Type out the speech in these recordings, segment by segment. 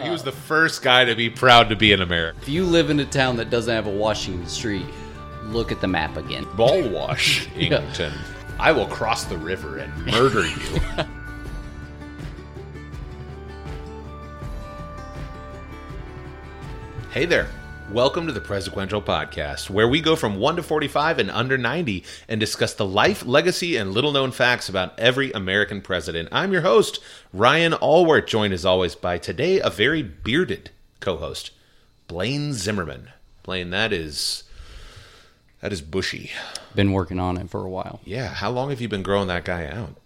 He was the first guy to be proud to be an American. If you live in a town that doesn't have a Washington Street, look at the map again. Ball wash, Ingleton. I will cross the river and murder you. hey there. Welcome to the Presequential Podcast, where we go from 1 to 45 and under 90 and discuss the life, legacy, and little known facts about every American president. I'm your host, Ryan Allwart, joined as always by today a very bearded co host, Blaine Zimmerman. Blaine, that is. That is bushy. Been working on it for a while. Yeah, how long have you been growing that guy out?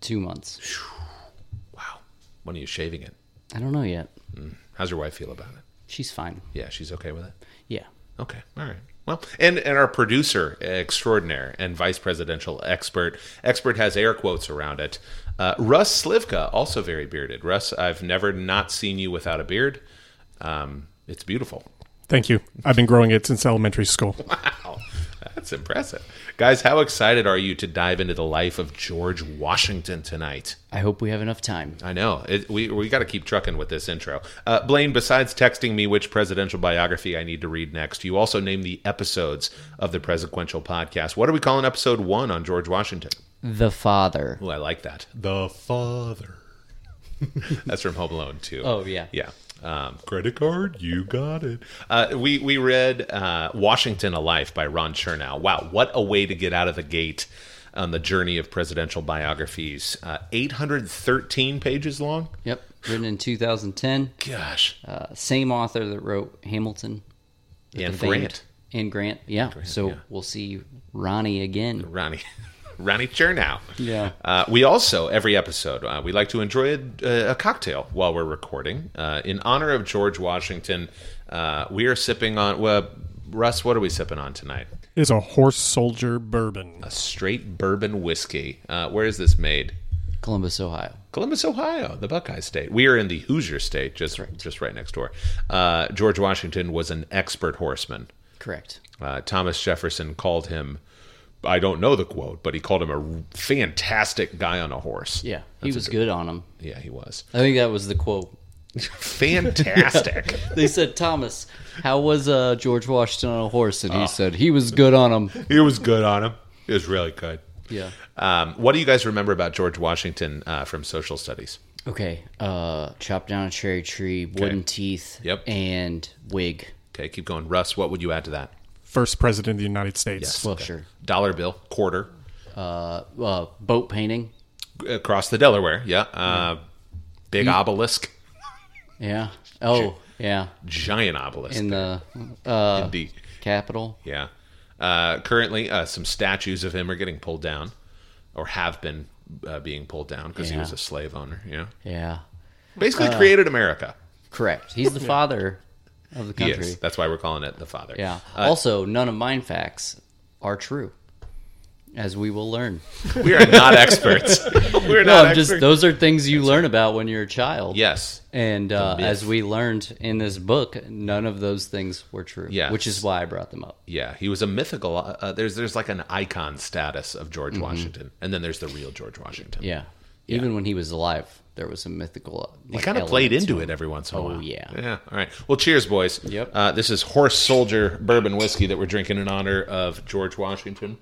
Two months. Wow. When are you shaving it? I don't know yet. How's your wife feel about it? She's fine. Yeah, she's okay with it. Yeah. Okay, all right. Well, and and our producer extraordinaire and vice presidential expert expert has air quotes around it. Uh, Russ Slivka, also very bearded. Russ, I've never not seen you without a beard. Um, it's beautiful. Thank you. I've been growing it since elementary school. Wow, that's impressive, guys. How excited are you to dive into the life of George Washington tonight? I hope we have enough time. I know. It, we we got to keep trucking with this intro. Uh, Blaine, besides texting me which presidential biography I need to read next, you also named the episodes of the Presequential podcast. What are we calling episode one on George Washington? The father. Oh, I like that. The father. That's from Home Alone too. Oh, yeah. yeah. Um, Credit card, you got it. Uh, we we read uh, Washington: A Life by Ron Chernow. Wow, what a way to get out of the gate on the journey of presidential biographies. Uh, Eight hundred thirteen pages long. Yep. Written in 2010. Gosh, Uh, same author that wrote Hamilton. with And the famed- Grant. And Grant. Yeah. so we'll see Ronnie again. Ronnie, Ronnie Chernow. Yeah. Uh, we also, every episode, uh, we like to enjoy a, a cocktail while we're recording. Uh, in honor of George Washington, uh, we are sipping on. Well, Russ, what are we sipping on tonight? It is a horse soldier bourbon. A straight bourbon whiskey. Uh, where is this made? Columbus, Ohio. Columbus, Ohio, the Buckeye State. We are in the Hoosier State, just just right next door. Uh, George Washington was an expert horseman. Correct. Uh, Thomas Jefferson called him. I don't know the quote, but he called him a fantastic guy on a horse. Yeah. He was good on him. yeah, he was I think that was the quote. fantastic. They said, Thomas, how was uh, George Washington on a horse? And he said, he was good on him. It was good on him. It was really good. Yeah. Um, what do you guys remember about George Washington uh, from social studies? Okay. Uh, chop down a cherry tree, wooden teeth, Yep. and wig. Okay, keep going, Russ. What would you add to that? First president of the United States. Well, sure. Dollar bill, quarter, uh, Uh, uh, boat painting. across the Delaware. Yeah. Uh, big obelisk, Yeah. Oh, yeah. giant obelisk. In the uh, Indeed. capital. Yeah. Uh, currently, uh, some statues of him are getting pulled down, or have been uh, being pulled down because he Yeah. Uh, was a slave owner. Yeah. Yeah. Basically, created America. Correct. He's the father of the He country. is. That's why we're calling it the father. Yeah. also, none of mine facts are true, as we will learn. We are not experts. We're No, not I'm experts. just those are things you learn about when you're a child. yes. And uh, myth. as we learned in this book, none of those things were true. Yes. Which is why I brought them up. Yeah, he was a mythical. uh, Uh, there's there's like an icon status of George Mm-hmm. Washington, and then there's the real George Washington. Yeah. Even when he was alive, there was a mythical. uh, he kind of played into it every once in a Oh, while. yeah. yeah. All right. Well, cheers, boys. Yep. Uh, this is Horse Soldier Bourbon Whiskey that we're drinking in honor of George Washington.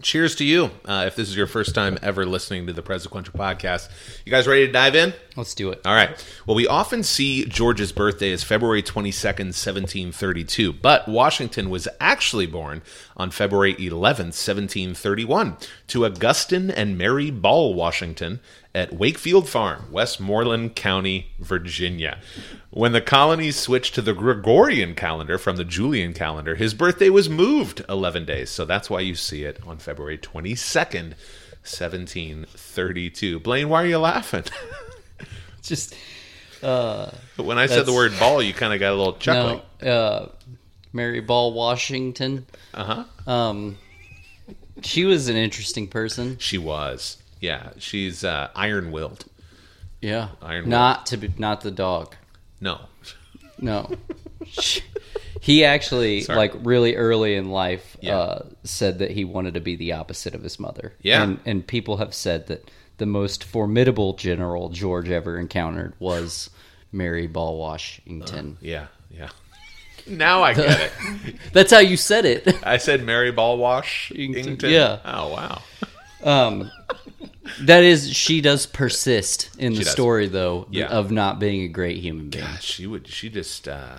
Cheers to you! Uh, if this is your first time ever listening to the Presequential Podcast, you guys ready to dive in? Let's do it. All right. Well, we often see George's birthday as February 22nd, 1732, but Washington was actually born on February 11th, 1731, to Augustine and Mary Ball Washington at Wakefield Farm, Westmoreland County, Virginia. When the colonies switched to the Gregorian calendar from the Julian calendar, his birthday was moved 11 days. So that's why you see it on February 22nd, 1732. Blaine, why are you laughing? Just When I said the word ball, you kind of got a little chuckling. no. Uh, Mary Ball Washington. Uh-huh. Uh huh. Um, she was an interesting person. She was. Yeah, she's uh, iron willed. Yeah. Iron not to be, not the dog. No. No. he actually, like, really early in life, Yeah. uh, said that he wanted to be the opposite of his mother. Yeah. And, and people have said that the most formidable general George ever encountered was Mary Ball Washington. Yeah, yeah. Now I get it. That's how you said it. I said Mary Ball Washington. Ington, yeah. Oh wow. That is, she does persist in the does. story, though, Yeah. of not being a great human being. God, she would. She just. uh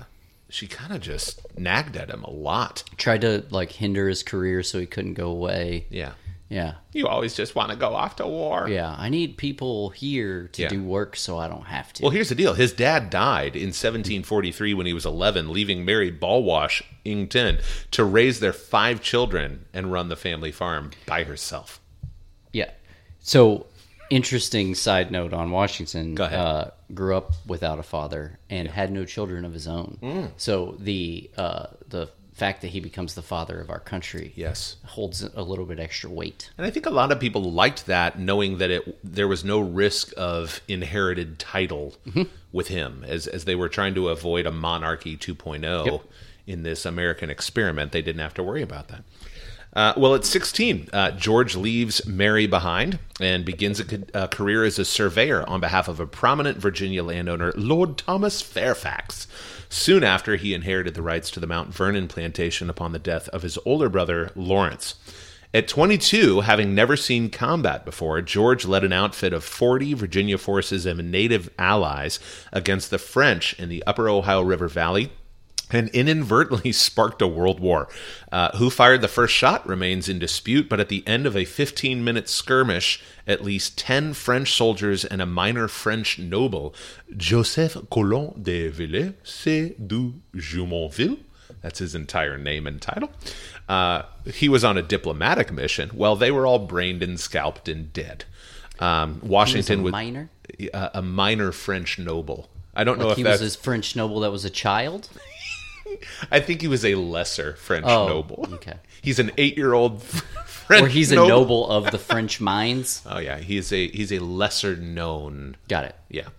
She kind of just nagged at him a lot. Tried to like hinder his career so he couldn't go away. Yeah. Yeah, You always just want to go off to war. yeah. I need people here to Yeah. do work so I don't have to. Well, here's the deal. His dad died in 1743 when he was 11, leaving Mary Ballwash Ington to raise their five children and run the family farm by herself. yeah. So, interesting side note on Washington. Go ahead. Uh, grew up without a father and had no children of his own. Mm. So the uh, the fact that he becomes the father of our country Yes. holds a little bit extra weight. And I think a lot of people liked that, knowing that it there was no risk of inherited title with him, as as they were trying to avoid a monarchy 2.0 in this American experiment. They didn't have to worry about that. Uh, well, at 16, uh, George leaves Mary behind and begins a, ca- a career as a surveyor on behalf of a prominent Virginia landowner, Lord Thomas Fairfax. Soon after, he inherited the rights to the Mount Vernon plantation upon the death of his older brother, Lawrence. At 22, having never seen combat before, George led an outfit of 40 Virginia forces and native allies against the French in the upper Ohio River Valley and inadvertently sparked a world war. Uh, who fired the first shot remains in dispute, but at the end of a 15 minute skirmish, at least 10 French soldiers and a minor French noble, Joseph Colon de Villet, C. du Jumonville, that's his entire name and title. Uh, he was on a diplomatic mission. Well, they were all brained and scalped and dead. Um, Washington was minor? a, a minor French noble. I don't know Oh, if He was that's. this French noble that was a child. I think he was a lesser French Oh, noble. okay. He's an eight-year-old French. or he's a noble of the French mines. Oh yeah, he's a he's a lesser known Got it. yeah.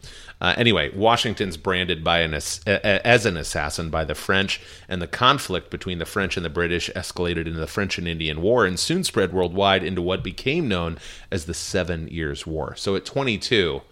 Uh, anyway, Washington's branded by an ass- a- a- as an assassin by the French, and the conflict between the French and the British escalated into the French and Indian War, and soon spread worldwide into what became known as the Seven Years' War. So, at 22,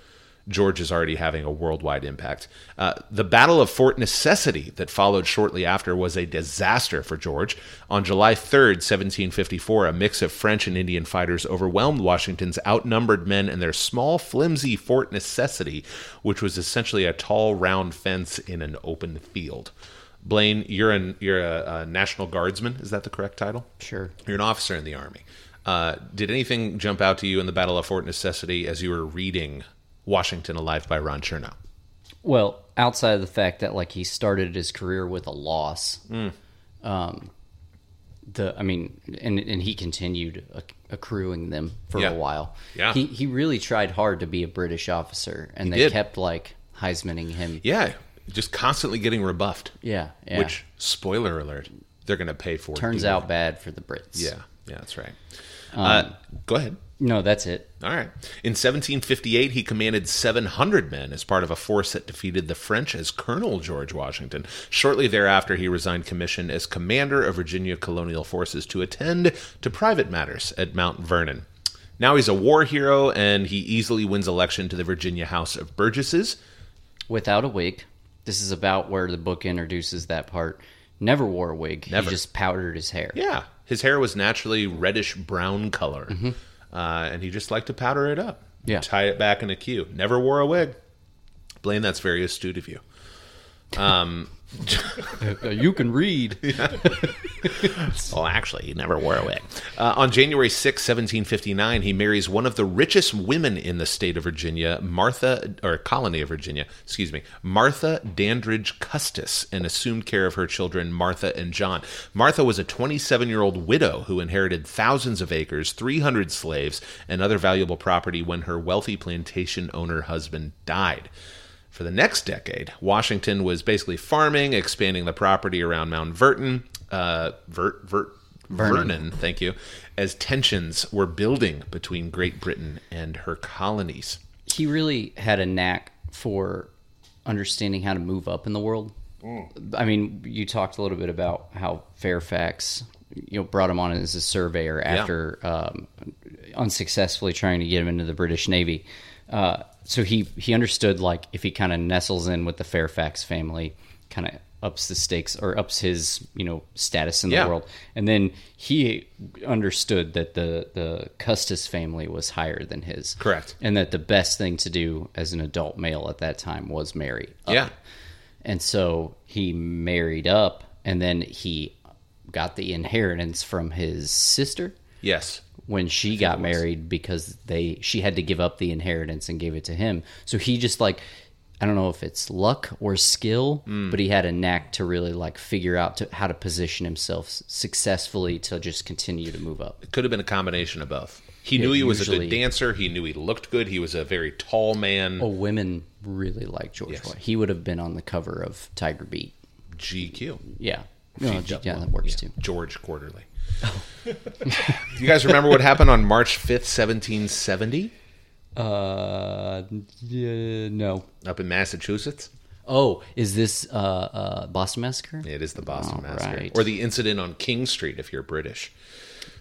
George is already having a worldwide impact. Uh, the Battle of Fort Necessity that followed shortly after was a disaster for George. On July 3rd, 1754, a mix of French and Indian fighters overwhelmed Washington's outnumbered men and their small, flimsy Fort Necessity, which was essentially a tall, round fence in an open field. Blaine, you're, an, you're a, a National Guardsman. Is that the correct title? Sure. You're an officer in the Army. Uh, did anything jump out to you in the Battle of Fort Necessity as you were reading Washington Alive by Ron Chernow? Well, outside of the fact that like he started his career with a loss, um, Mm. the I mean, and and he continued acc- accruing them for Yeah. a while. Yeah. he he really tried hard to be a British officer, and they did. kept like Heismaning him. Yeah, Yeah, just constantly getting rebuffed. yeah. Which, spoiler alert, they're going to pay for. turns out Um, bad for the Brits. Yeah, yeah, that's right. uh, go ahead. no, that's it. All right. In 1758, he commanded 700 men as part of a force that defeated the French as Colonel George Washington. Shortly thereafter, he resigned commission as commander of Virginia colonial forces to attend to private matters at Mount Vernon. Now he's a war hero, and he easily wins election to the Virginia House of Burgesses. without a wig. This is about where the book introduces that part. Never wore a wig. Never. He just powdered his hair. Yeah, his hair was naturally reddish brown color, uh, and he just liked to powder it up. Yeah. tie it back in a queue. Never wore a wig. Blaine, that's very astute of you. Uh, you can read. Well, actually, he never wore a wig. Uh, on January 6, 1759, he marries one of the richest women in the state of Virginia, Martha, or colony of Virginia, excuse me, Martha Dandridge Custis, and assumed care of her children, Martha and John. Martha was a 27 year old widow who inherited thousands of acres, 300 slaves, and other valuable property when her wealthy plantation owner husband died. For the next decade, Washington was basically farming, expanding the property around Mount Vernon, uh, Vert, Vert, Vernon. thank you, as tensions were building between Great Britain and her colonies. he really had a knack for understanding how to move up in the world. Mm. I mean, you talked a little bit about how Fairfax, you know, brought him on as a surveyor after um, unsuccessfully trying to get him into the British Navy. Uh, so he he understood like if he kind of nestles in with the Fairfax family, kind of ups the stakes or ups his you know status in Yeah. the world. And then he understood that the the Custis family was higher than his. Correct. And that the best thing to do as an adult male at that time was marry. up. Yeah. And so he married up and then he got the inheritance from his sister Yes. when she got married because they she had to give up the inheritance and gave it to him. So he just like I don't know if it's luck or skill, but he had a knack to really like figure out to, how to position himself s- successfully to just continue to move up. It could have been a combination of both. He knew he was a usually- good dancer. He knew he looked good. He was a very tall man. Oh, women really like George Foreman. He would have been on the cover of Tiger Beat. GQ. Yeah. No, yeah, that works too. George Quarterly. you guys remember what happened on March 5th, 1770, Uh, yeah, no. up in Massachusetts? Oh, is this uh, uh, Boston Massacre? It is the Boston All Massacre. right. Or the incident on King Street, if you're British.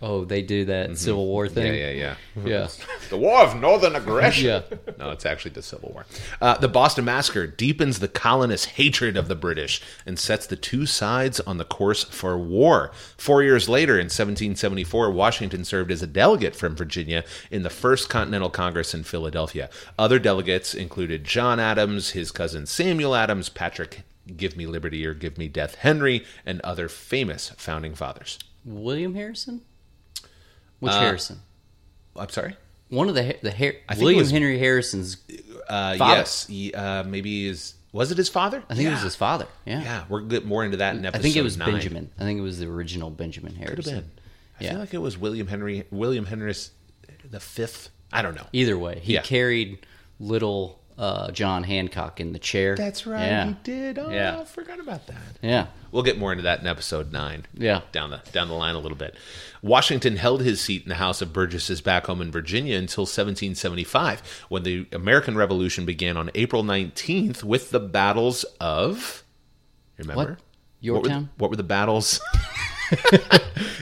Oh, they do that Civil War Mm-hmm. Yeah, thing. yeah, yeah. yeah. The War of Northern Aggression. Yeah. No, it's actually the Civil War. Uh, the Boston Massacre deepens the colonists' hatred of the British and sets the two sides on the course for war. Four years later, in 1774, Washington served as a delegate from Virginia in the First Continental Congress in Philadelphia. Other delegates included John Adams, his cousin Samuel Adams, Patrick. Give me liberty or give me death, Henry, and other famous founding fathers. William Harrison? Which Uh, Harrison? I'm sorry. One of the Ha- the Har- think it William was- Henry Harrison's. Uh, Father. yes, He, uh, maybe his was it his father? I think it was his father. Yeah. Yeah, we'll get more into that in I episode. think it was nine. Benjamin. I think it was the original Benjamin Could Harrison. have been. I Yeah. feel like it was William Henry. William Henry's the fifth. I don't know. Either way, he Yeah. carried little uh, John Hancock in the chair. That's right. Yeah. He did. Oh, Yeah. I forgot about that. Yeah. We'll get more into that in episode nine. Yeah. down the down the line a little bit. Washington held his seat in the House of Burgesses back home in Virginia until 1775, when the American Revolution began on April 19th with the battles of. Remember What? Yorktown? What were, what were the battles?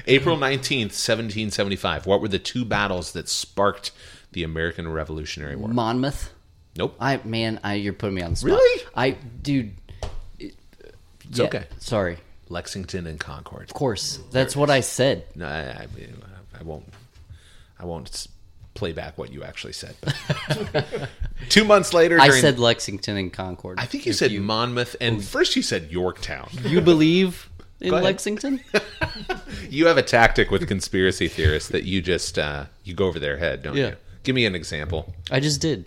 April 19th, 1775. What were the two battles that sparked the American Revolutionary War? Monmouth. Nope. I man, I you're putting me on the spot. Really? I dude. It's okay. Sorry. Of Lexington and Concord. course. That's what I said. No, I, I, I won't. I won't s- play back what you actually said. But two months later, I during- said Lexington and Concord. I think you said Monmouth, and first you said Yorktown. you believe in Go ahead. Lexington? You have a tactic with conspiracy theorists that you just uh, you go over their head, don't Yeah. you? Give me an example. I just did.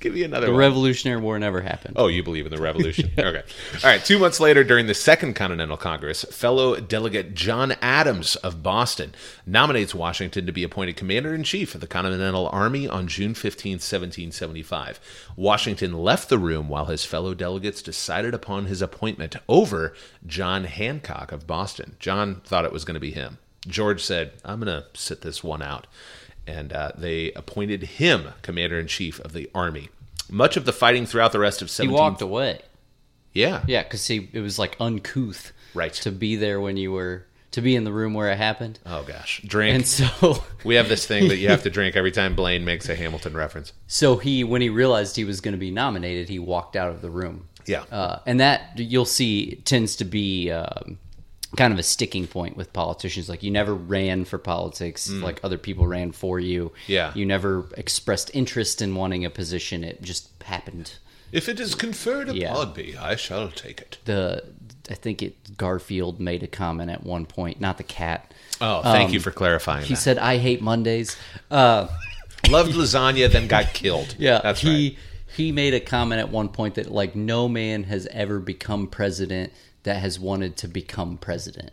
Give me another. The one. Revolutionary War never happened. Oh, you believe in the revolution? Okay. All right. Two months later, during the Second Continental Congress, fellow delegate John Adams of Boston nominates Washington to be appointed commander in chief of the Continental Army on June 15, 1775. Washington left the room while his fellow delegates decided upon his appointment over John Hancock of Boston. John thought it was going to be him. George said, I'm going to sit this one out. And uh, they appointed him commander in chief of the army. Much of the fighting throughout the rest of 17- He walked away. yeah. Yeah, because he it was like uncouth, Right. To be there when you were to be in the room where it happened, Oh gosh. Drink. and so we have this thing that you have to drink every time Blaine makes a Hamilton reference. so he when he realized he was going to be nominated, he walked out of the room. Yeah. uh, and that you'll see tends to be um, kind of a sticking point with politicians. Like you never ran for politics, like other people ran for you. Mm. Yeah. you never expressed interest in wanting a position. It just happened. If it is conferred Yeah. upon me, I shall take it. The I think it Garfield made a comment at one point, not the cat. Oh, thank you for clarifying. Um, He that. said, "I hate Mondays." Uh, Loved lasagna, then got killed. yeah, that's he right. he made a comment at one point that like no man has ever become president that has wanted to become president,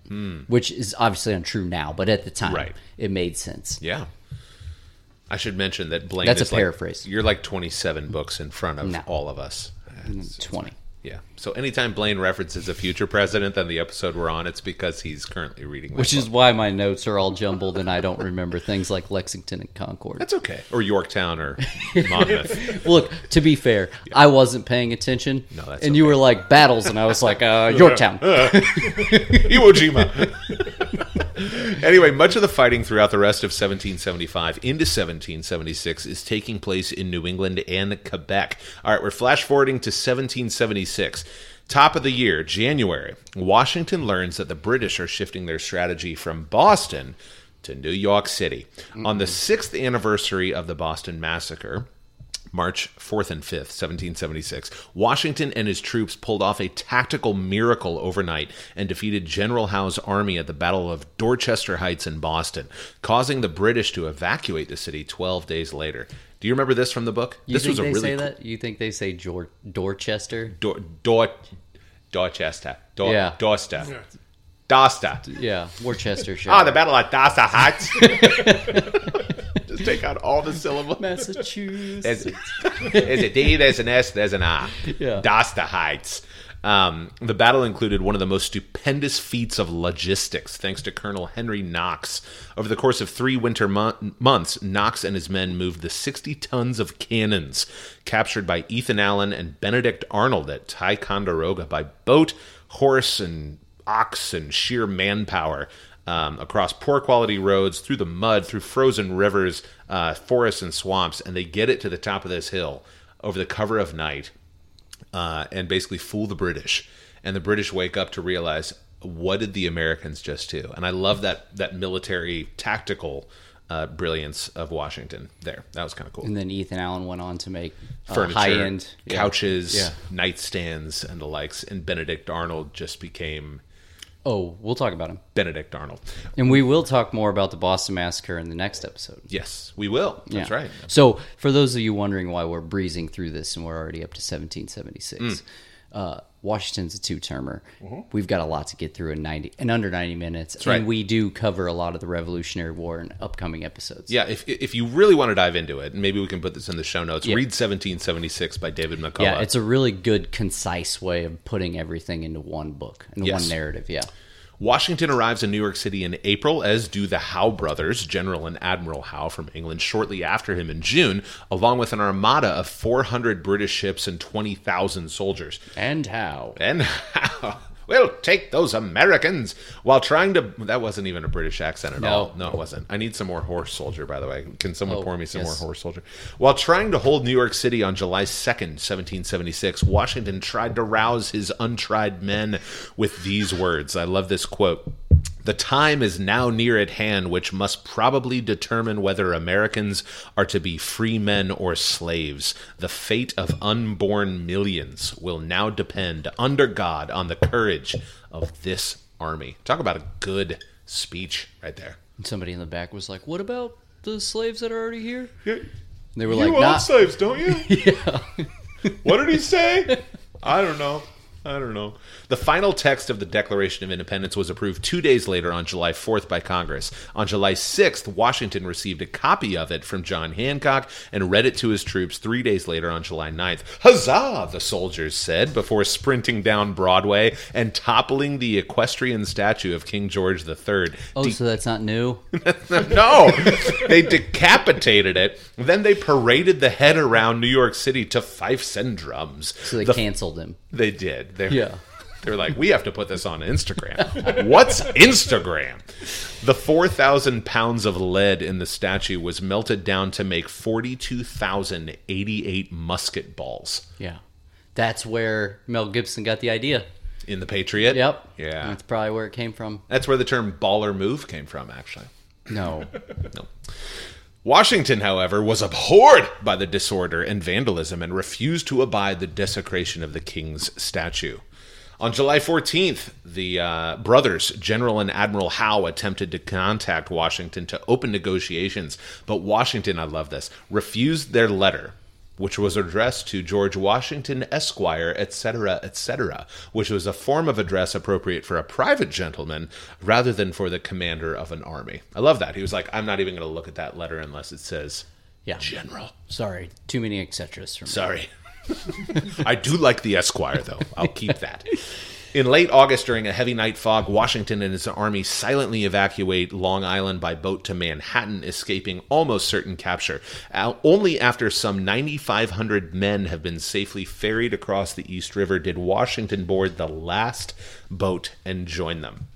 which is obviously untrue now, but at the time, Hmm. Right. it made sense. Yeah. I should mention that Blaine. That's a is like- paraphrase. You're like 27 books in front of No. Mm. all of us. Twenty. Yeah. So anytime Blaine references a future president, then the episode we're on, it's because he's currently reading. that Which book. is why my notes are all jumbled and I don't remember things like Lexington and Concord. that's okay. Or Yorktown or Monmouth. Look, to be fair, I wasn't paying attention. No, that's and you were like battles, and I was like uh, Yorktown. Iwo Jima. anyway, much of the fighting throughout the rest of 1775 into 1776 is taking place in New England and Quebec. All right, we're flash forwarding to 1776. Top of the year, January, Washington learns that the British are shifting their strategy from Boston to New York City. On the sixth anniversary of the Boston Massacre, March 4th and 5th, 1776, Washington and his troops pulled off a tactical miracle overnight and defeated General Howe's army at the Battle of Dorchester Heights in Boston, causing the British to evacuate the city 12 days later. Do you remember this from the book? You this think they say cool- that? You think they say Jor- Dorchester? Dor, Dor, Dorchester. Dor, Yeah. Dorchester. Dorchester. Yeah, Worcestershire. Ah, the Battle of Dorchester Heights. Just take out all the syllables. Massachusetts. There's, there's a D, there's an S, there's an I. Yeah. Dosta Heights. Um, the battle included one of the most stupendous feats of logistics, thanks to Colonel Henry Knox. Over the course of three winter mon- months, Knox and his men moved the 60 tons of cannons captured by Ethan Allen and Benedict Arnold at Ticonderoga by boat, horse, and ox and sheer manpower um, across poor quality roads, through the mud, through frozen rivers, uh, forests, and swamps, and they get it to the top of this hill over the cover of night uh, and basically fool the British. And the British wake up to realize what did the Americans just do? And I love that that military tactical uh, brilliance of Washington there. That was kind of cool. and then Ethan Allen went on to make uh, Furniture, high end couches, Yeah. nightstands, and the likes. And Benedict Arnold just became Oh, we'll talk about him, Benedict Arnold. and we will talk more about the Boston Massacre in the next episode. Yes, we will. That's Yeah. right. So, for those of you wondering why we're breezing through this and we're already up to 1776, Mm. uh, Washington's a two-termer. We've got a lot to get through in 90 and under 90 minutes, Mm-hmm. right. and we do cover a lot of the Revolutionary War in upcoming episodes. Yeah, if if you really want to dive into it, and maybe we can put this in the show notes. Read 1776 by David McCullough. Yeah, it's a really good, concise way of putting everything into one book and Yes. one narrative. Yeah. Washington arrives in New York City in April, as do the Howe brothers, General and Admiral Howe from England, shortly after him in June, along with an armada of 400 British ships and 20,000 soldiers. And how? And how? We'll take those Americans while trying to. That wasn't even a British accent at all. No, it wasn't. I need some more horse soldier, by the way. Can someone pour me some yes. more horse soldier? While trying to hold New York City on July 2nd, 1776, Washington tried to rouse his untried men with these words. I love this quote. The time is now near at hand which must probably determine whether Americans are to be free men or slaves. The fate of unborn millions will now depend, under God, on the courage of this army. Talk about a good speech right there. And somebody in the back was like, "What about the slaves that are already here?" You And they were like, "Not." slaves, don't you? yeah. what did he say? I don't know. I don't know. The final text of the Declaration of Independence was approved two days later on July 4th by Congress. On July 6th, Washington received a copy of it from John Hancock and read it to his troops three days later on July 9th. Huzzah, the soldiers said before sprinting down Broadway and toppling the equestrian statue of King George III. oh, so that's not new. No, they decapitated it. Then they paraded the head around New York City to fifes and drums. So they The- canceled him. they did. They, Yeah. They were like, we have to put this on Instagram. What's Instagram? The 4,000 pounds of lead in the statue was melted down to make 42,088 musket balls Yeah. That's where Mel Gibson got the idea. in the Patriot. Yep. Yeah. That's probably where it came from. That's where the term baller move came from, actually. No. Washington, however, was abhorred by the disorder and vandalism and refused to abide the desecration of the king's statue. On July 14th, the uh, brothers, General and Admiral Howe, attempted to contact Washington to open negotiations, but Washington, I love this, refused their letter, which was addressed to George Washington, Esquire, etc., etc., which was a form of address appropriate for a private gentleman rather than for the commander of an army. I love that. He was like, I'm not even going to look at that letter unless it says Yeah. general. Sorry. Too many et ceteras for me. Sorry. I do like the Esquire, though. I'll keep that. In late August, during a heavy night fog, Washington and his army silently evacuate Long Island by boat to Manhattan, escaping almost certain capture. Al- Only after some 9,500 men have been safely ferried across the East River did Washington board the last boat and join them.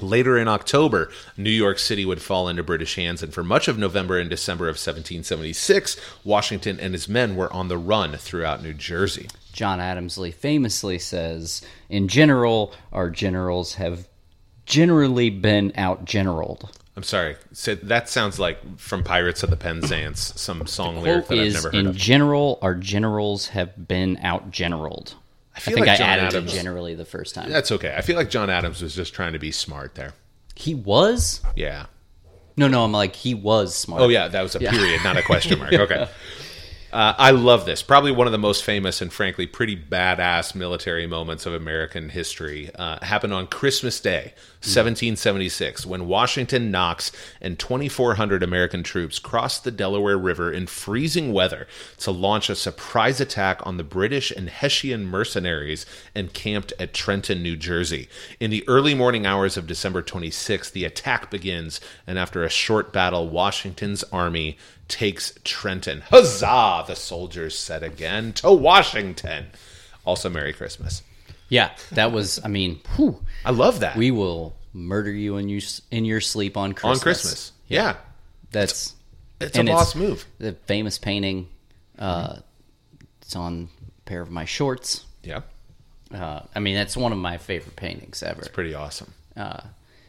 Later in October, New York City would fall into British hands, and for much of November and December of 1776, Washington and his men were on the run throughout New Jersey. John Adamsley famously says, in general, our generals have generally been out generaled. I'm sorry, so that sounds like from Pirates of the Penzance, some song lyric Quote that I've is, never heard in of. general, our generals have been out generaled. I, feel think like I John added Adams- it generally the first time. That's okay. I feel like John Adams was just trying to be smart there. He was? Yeah. No, no, I'm like, he was smart. Oh yeah, that was a period, not a question mark. Okay. Uh, I love this. Probably one of the most famous and frankly pretty badass military moments of American history uh, happened on Christmas Day, Hmm. 1776, when Washington Knox and 2,400 American troops crossed the Delaware River in freezing weather to launch a surprise attack on the British and Hessian mercenaries encamped at Trenton, New Jersey. In the early morning hours of December 26th, the attack begins, and after a short battle, Washington's army takes Trenton. Huzzah! The soldiers said again to Washington. Also, Merry Christmas. Yeah, that was, I mean, whew, I love that. we will murder you in, you in your sleep on Christmas. on Christmas. Yeah. That's It's and a boss it's move. The famous painting. Uh, it's on a pair of my shorts. Yeah. Uh, I mean, that's one of my favorite paintings ever. Pretty awesome.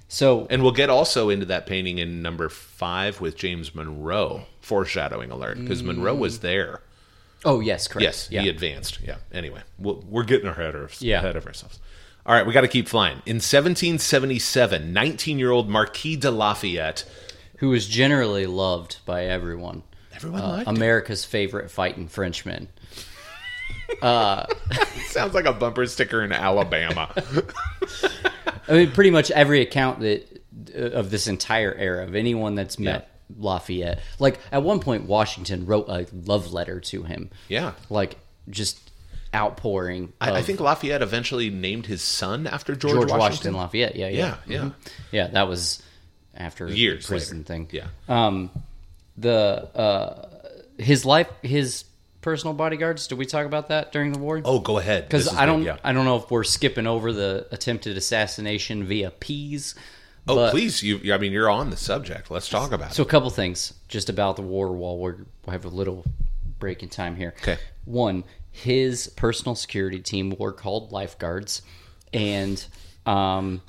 So And we'll get also into that painting in number five with James Monroe, foreshadowing alert, because Monroe Mm. was there. Oh yes, correct. Yes, yeah. he advanced. Yeah. Anyway, we'll, we're getting ahead of, Yeah. ahead of ourselves. All right, we got to keep flying. In 1777, 19 year old Marquis de Lafayette, who was generally loved by everyone. everyone Uh, liked him. America's favorite fighting Frenchman. Sounds like a bumper sticker in Alabama. I mean, pretty much every account that uh, of this entire era of anyone that's met Lafayette. Like at one point, Washington wrote a love letter to him. Yeah. like just outpouring. I, I of think Lafayette eventually named his son after George, George Washington. Washington, Lafayette. Yeah, yeah, Yeah, yeah. Mhm. yeah. That was after the Years prison later. thing. Um, Yeah. the uh, his life, his personal bodyguards. Did we talk about that during the war? oh, go ahead. Because This is I the- don't, yeah. I don't know if we're skipping over the attempted assassination via peas. oh, but- please. You. I mean, you're on the subject. Let's talk about So it. a couple things just about the war while we're, we have a little break in time here. Okay. One, his personal security team were called lifeguards, and um,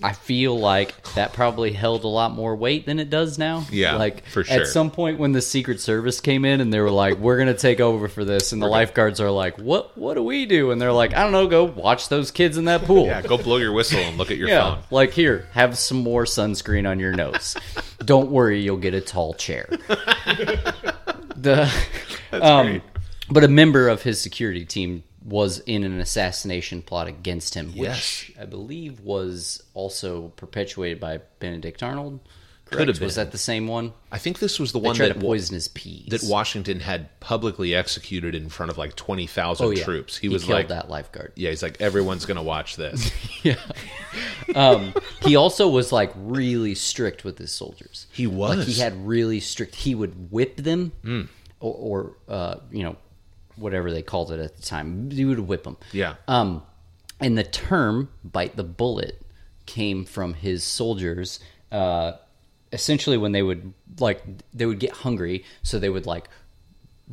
I feel like that probably held a lot more weight than it does now. Yeah, like for sure. At some point, when the Secret Service came in and they were like, "We're gonna take over for this," and the lifeguards are like, "What? What do we do?" And they're like, "I don't know. Go watch those kids in that pool." Yeah, go blow your whistle and look at your Yeah, phone. like here, have some more sunscreen on your nose. Don't worry, you'll get a tall chair. the, um, but a member of his security team was in an assassination plot against him, Yes. which I believe was also perpetuated by Benedict Arnold. Correct? have Was been. that the same one? I think this was the They one tried that to poison his peas. that Washington had publicly executed in front of like twenty thousand Oh, yeah. troops. He, was killed like, that lifeguard. yeah, he's like, everyone's gonna watch this. He also was like really strict with his soldiers. He was. Mm. Like he had really strict. He would whip them, or, or uh, you know, whatever they called it at the time. He would whip them. yeah, Um, and the term "bite the bullet" came from his soldiers. Uh, essentially, when they would like, they would get hungry, so they would like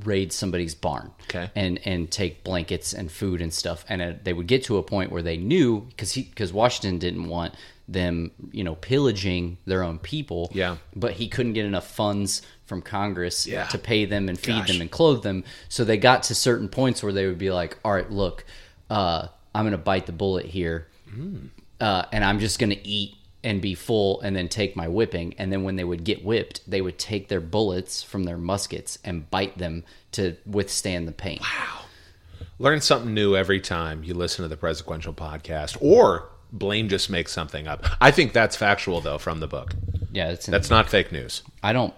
raid somebody's barn Okay. and and take blankets and food and stuff and uh, they would get to a point where they knew because he because washington didn't want them you know pillaging their own people Yeah. but he couldn't get enough funds from congress Yeah. to pay them and feed Gosh. them and clothe them so they got to certain points where they would be like all right look uh, i'm gonna bite the bullet here Mm. uh, and I'm just going to eat and be full and then take my whipping. And then when they would get whipped, they would take their bullets from their muskets and bite them to withstand the pain. learn something new every time you listen to the presidential podcast, or Blaine just makes something up. I think that's factual though from the book. Yeah, it's That's not fake news. I don't.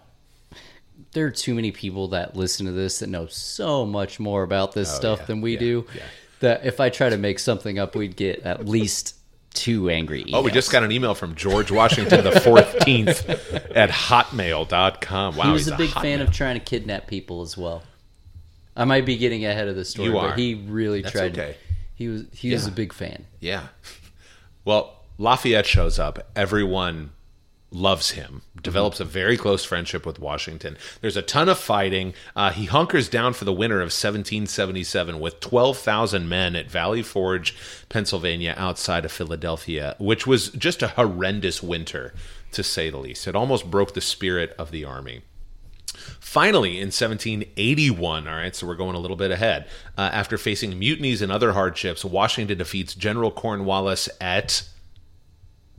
There are too many people that listen to this that know so much more about this stuff Oh, yeah, than we yeah, do. yeah. That if I try to make something up, we'd get at least two angry. Oh, we emails. just got an email from George Washington the 14th at hotmail.com. Wow, He was Oh, he's a big fan hotmail. of trying to kidnap people as well. I might be getting ahead of the story, You are. but he really That's tried. okay. He was he was a big fan. Yeah. Well, Lafayette shows up. Everyone loves him, develops a very close friendship with Washington. There's a ton of fighting. Uh, he hunkers down for the winter of 1777 with 12,000 men at Valley Forge, Pennsylvania, outside of Philadelphia, which was just a horrendous winter, to say the least. It almost broke the spirit of the army. Finally, in 1781, all right, so we're going a little bit ahead. Uh, after facing mutinies and other hardships, Washington defeats General Cornwallis at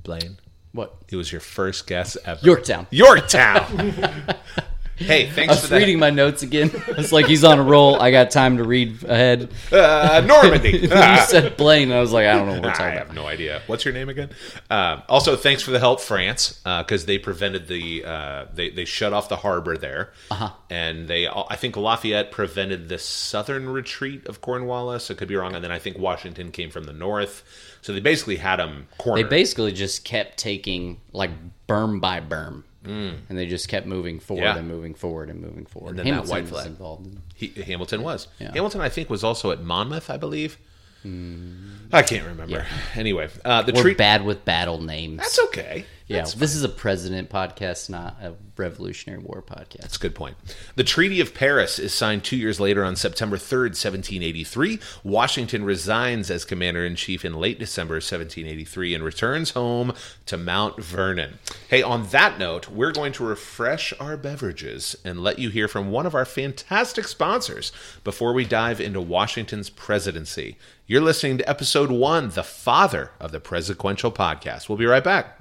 Blaine. What? It was your first guess ever. Yorktown. Yorktown. hey, I thanks for was that. reading my notes again. It's like he's on a roll. I got time to read ahead. Uh, Normandy. you Ah. said Blaine, and I was like, I don't know what we're I talking have no idea. What's your name again? Um, also, thanks for the help, France, because they prevented the uh, they they shut off the harbor there, uh-huh. and they I think Lafayette prevented the southern retreat of Cornwallis. I could be wrong, and then I think Washington came from the north, so they basically had them They cornered. basically just kept taking like berm by berm, and they just kept moving forward Mm. Yeah. and moving forward and moving forward. then that Hamilton white was flag. involved. in- He, Hamilton was. Hamilton, I think, was also at Monmouth, I believe. I can't remember. Anyway, uh, the We're treat. bad with battle names. That's okay. yeah, That's this is a president podcast, not a Revolutionary War podcast. That's a good point. The Treaty of Paris is signed two years later on September 3rd, 1783. Washington resigns as commander in chief in late December 1783 and returns home to Mount Vernon. Hey, on that note, we're going to refresh our beverages and let you hear from one of our fantastic sponsors before we dive into Washington's presidency. You're listening to episode one, The Father of the Presequential Podcast. We'll be right back.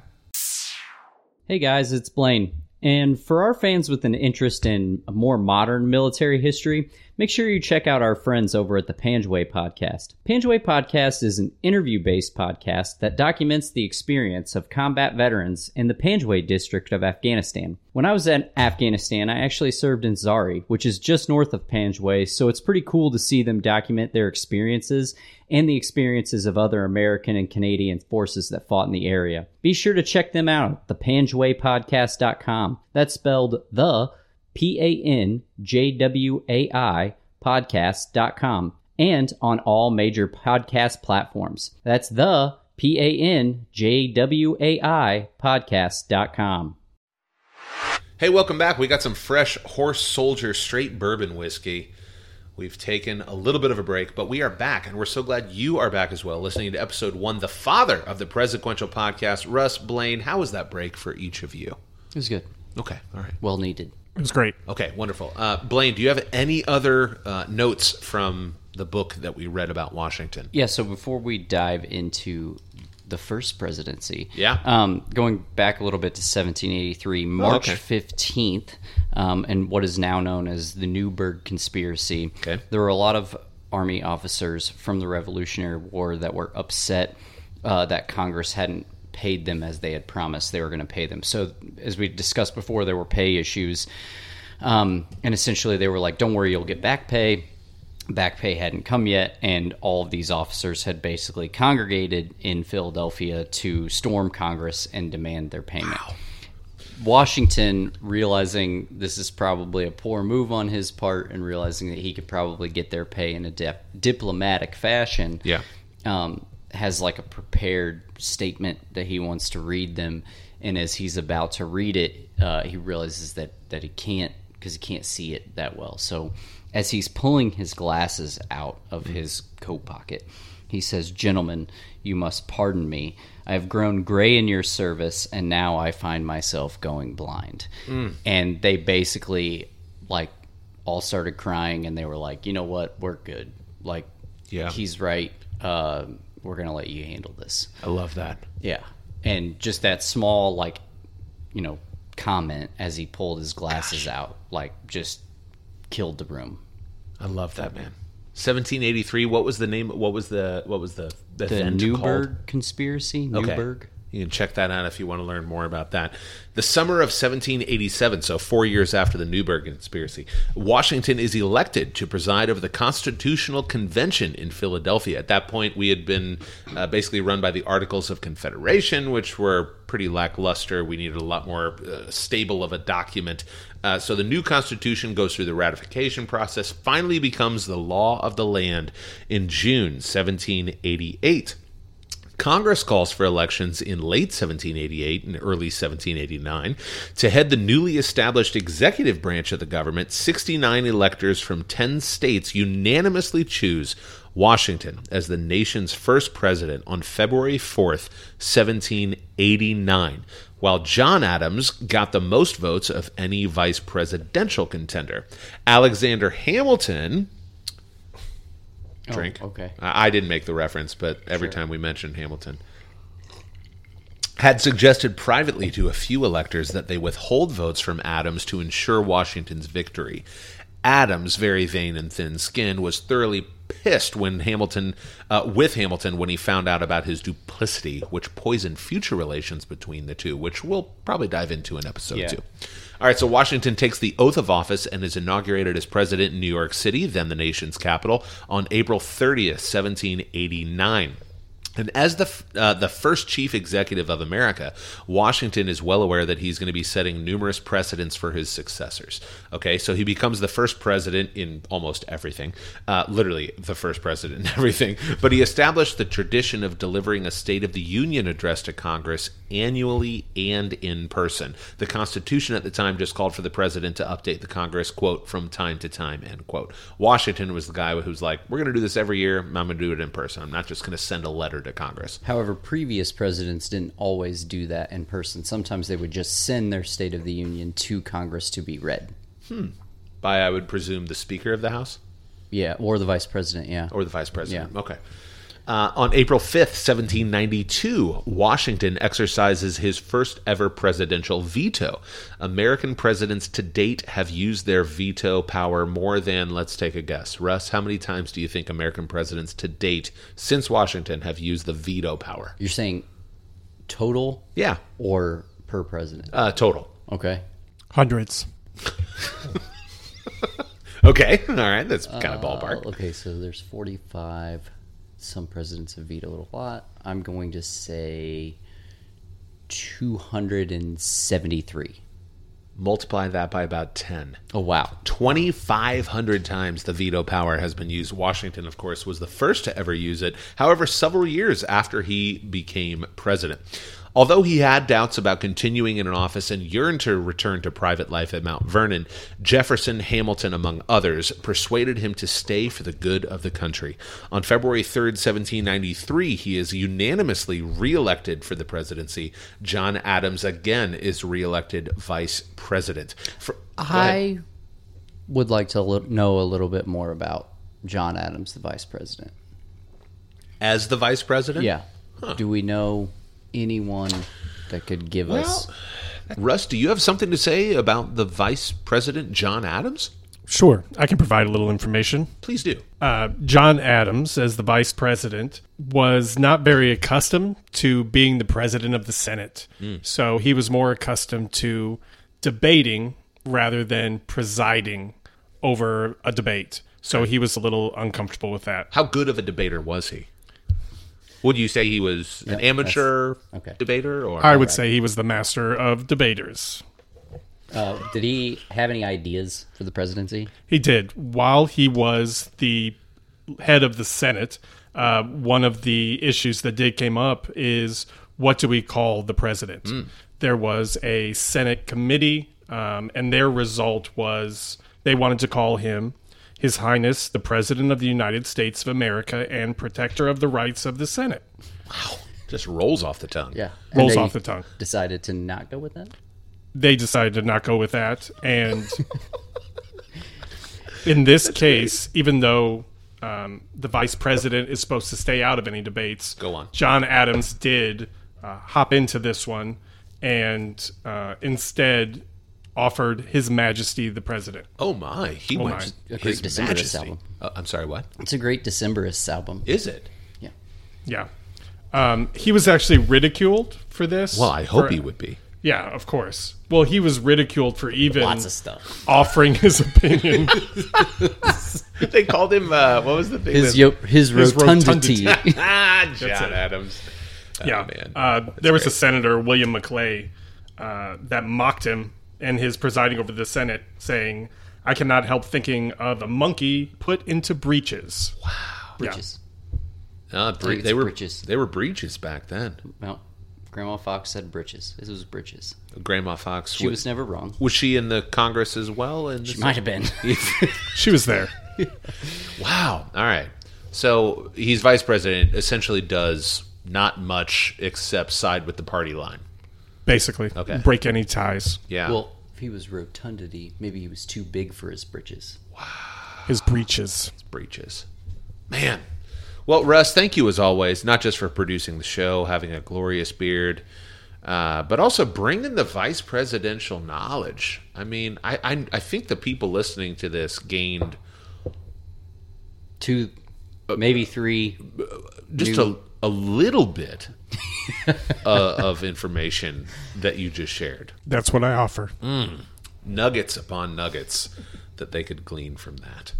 Hey guys, it's Blaine. And for our fans with an interest in a more modern military history, make sure you check out our friends over at the Panjway Podcast. Panjway Podcast is an interview based podcast that documents the experience of combat veterans in the Panjway district of Afghanistan. When I was in Afghanistan, I actually served in Zari, which is just north of Panjway, so it's pretty cool to see them document their experiences and the experiences of other American and Canadian forces that fought in the area. Be sure to check them out at thepanjwaypodcast.com. That's spelled the P A N J W A I podcast.com and on all major podcast platforms. That's the P A N J W A I podcast.com. Hey, welcome back. We got some fresh Horse Soldier straight bourbon whiskey. We've taken a little bit of a break, but we are back, and we're so glad you are back as well, listening to episode one, the father of the Presequential podcast, Russ Blaine. How was that break for each of you? It was good. Okay, all right. Well needed. It was great. Okay, wonderful. Uh, Blaine, do you have any other uh, notes from the book that we read about Washington? Yeah, so before we dive into the first presidency, Yeah. Oh, um, going back a little bit to 1783, March okay. 15th, um, and what is now known as the Newburgh Conspiracy. Okay. There were a lot of army officers from the Revolutionary War that were upset uh, that Congress hadn't paid them as they had promised they were going to pay them. So, as we discussed before, there were pay issues. Um, and essentially, they were like, don't worry, you'll get back pay. Back pay hadn't come yet, and all of these officers had basically congregated in Philadelphia to storm Congress and demand their payment. Washington realizing this is probably a poor move on his part and realizing that he could probably get their pay in a dip- diplomatic fashion. Yeah. Um, has like a prepared statement that he wants to read them, and as he's about to read it, uh, he realizes that that he can't because he can't see it that well. So, as he's pulling his glasses out of his coat pocket, he says, Gentlemen, you must pardon me. I have grown gray in your service, and now I find myself going blind. And they basically, like, all started crying, and they were like, You know what? We're good. Like, Yeah. he's right. Uh, we're going to let you handle this. I love that. Yeah. And just that small, like, you know, comment as he pulled his glasses out, like, just killed the room. I love that, man. 1783. What was the name? What was the what was the the, The event called? Newberg conspiracy? Okay. Newberg? You can check that out if you want to learn more about that. The summer of 1787, so four years after the Newburgh conspiracy, Washington is elected to preside over the Constitutional Convention in Philadelphia. At that point, we had been uh, basically run by the Articles of Confederation, which were pretty lackluster. We needed a lot more uh, stable of a document. Uh, so the new Constitution goes through the ratification process, finally becomes the law of the land in June 1788. Congress calls for elections in late 1788 and early 1789 to head the newly established executive branch of the government. 69 electors from 10 states unanimously choose Washington as the nation's first president on February 4th, 1789, while John Adams got the most votes of any vice presidential contender. Alexander Hamilton. Drink. Oh, okay. I I didn't make the reference, but every time we mention Hamilton had suggested privately to a few electors that they withhold votes from Adams to ensure Washington's victory. Adams, very vain and thin-skinned, was thoroughly pissed when Hamilton uh, with Hamilton when he found out about his duplicity, which poisoned future relations between the two, which we'll probably dive into in episode Yeah. two. All right, so Washington takes the oath of office and is inaugurated as president in New York City, then the nation's capital, on April 30th, 1789. And as the f- uh, the first chief executive of America, Washington is well aware that he's going to be setting numerous precedents for his successors. Okay, so he becomes the first president in almost everything, uh, literally the first president in everything. But he established the tradition of delivering a State of the Union address to Congress annually and in person. The Constitution at the time just called for the president to update the Congress, quote, from time to time, end quote. Washington was the guy who's like, we're going to do this every year. I'm going to do it in person. I'm not just going to send a letter to Congress. However, previous presidents didn't always do that in person. Sometimes they would just send their State of the Union to Congress to be read. By, I would presume, the Speaker of the House? Yeah, or the vice president. Yeah. or the vice president. Okay. Uh, on April 5th, 1792, Washington exercises his first ever presidential veto. American presidents to date have used their veto power more than, let's take a guess. Russ, how many times do you think American presidents to date since Washington have used the veto power? You're saying total Yeah, or per president? uh, total. Okay. Hundreds. Okay, all right, that's kind of ballpark. Uh, okay, so there's 45. Some presidents have vetoed a lot. I'm going to say 273. Multiply that by about 10. Oh, wow. 2,500 times the veto power has been used. Washington, of course, was the first to ever use it, however, several years after he became president. Although he had doubts about continuing in an office and yearned to return to private life at Mount Vernon, Jefferson, Hamilton, among others, persuaded him to stay for the good of the country. On February 3rd, 1793, he is unanimously reelected for the presidency. John Adams again is reelected vice president. For, I would like to lo- know a little bit more about John Adams, the vice president. as the vice president? Yeah. Do we know anyone that could give us. Russ, do you have something to say about the vice president, John Adams? Sure, I can provide a little information. Please do. uh, John Adams, as the vice president, was not very accustomed to being the president of the Senate. So he was more accustomed to debating rather than presiding over a debate. So he was a little uncomfortable with that. How good of a debater was he? Would you say he was an Yeah, amateur okay. debater or I would say he was the master of debaters. Uh, did he have any ideas for the presidency? He did. While he was the head of the Senate, uh, one of the issues that did came up is what do we call the president? Hmm. There was a Senate committee, um, and their result was they wanted to call him His Highness the President of the United States of America and Protector of the Rights of the Senate. just rolls off the tongue? Yeah. Rolls And they off the tongue. Decided to not go with that? They decided to not go with that, and in this case, even though um, the vice president is supposed to stay out of any debates, Go on. John Adams did uh, hop into this one and uh, instead offered His Majesty the President. Oh my, he went my. A great his Decemberist majesty. album. Uh, I'm sorry, what? It's a great Decemberists album. Is it? yeah. Yeah. Um, he was actually ridiculed for this. Well, I hope for- he would be. Yeah, of course. Well, he was ridiculed for even Lots of stuff. offering his opinion. they called him uh, what was the thing? his that- yo- his rotundity. ah, John it. Adams. Oh, yeah. man. Uh, there was a senator, William McClay, uh, that mocked him in his presiding over the Senate, saying, I cannot help thinking of a monkey put into breeches. Which is Uh, think bre- it's they were breeches. they were breeches back then. Well, Grandma Fox said britches. This was britches. Grandma Fox She wa- was never wrong. was she in the Congress as well? And She might have been. She was there. wow, all right. So he's vice president. Essentially, does not much except side with the party line. basically. Okay. Break any ties. Yeah. well, if he was rotundity, maybe he was too big for his britches. His breeches. breaches. Man. Well, Russ, thank you as always, not just for producing the show, having a glorious beard, uh, but also bringing the vice presidential knowledge. I mean, I, I, I think the people listening to this gained Two, uh, maybe three. just a, New- a little bit uh, of information that you just shared. That's what I offer. nuggets upon nuggets that they could glean from that.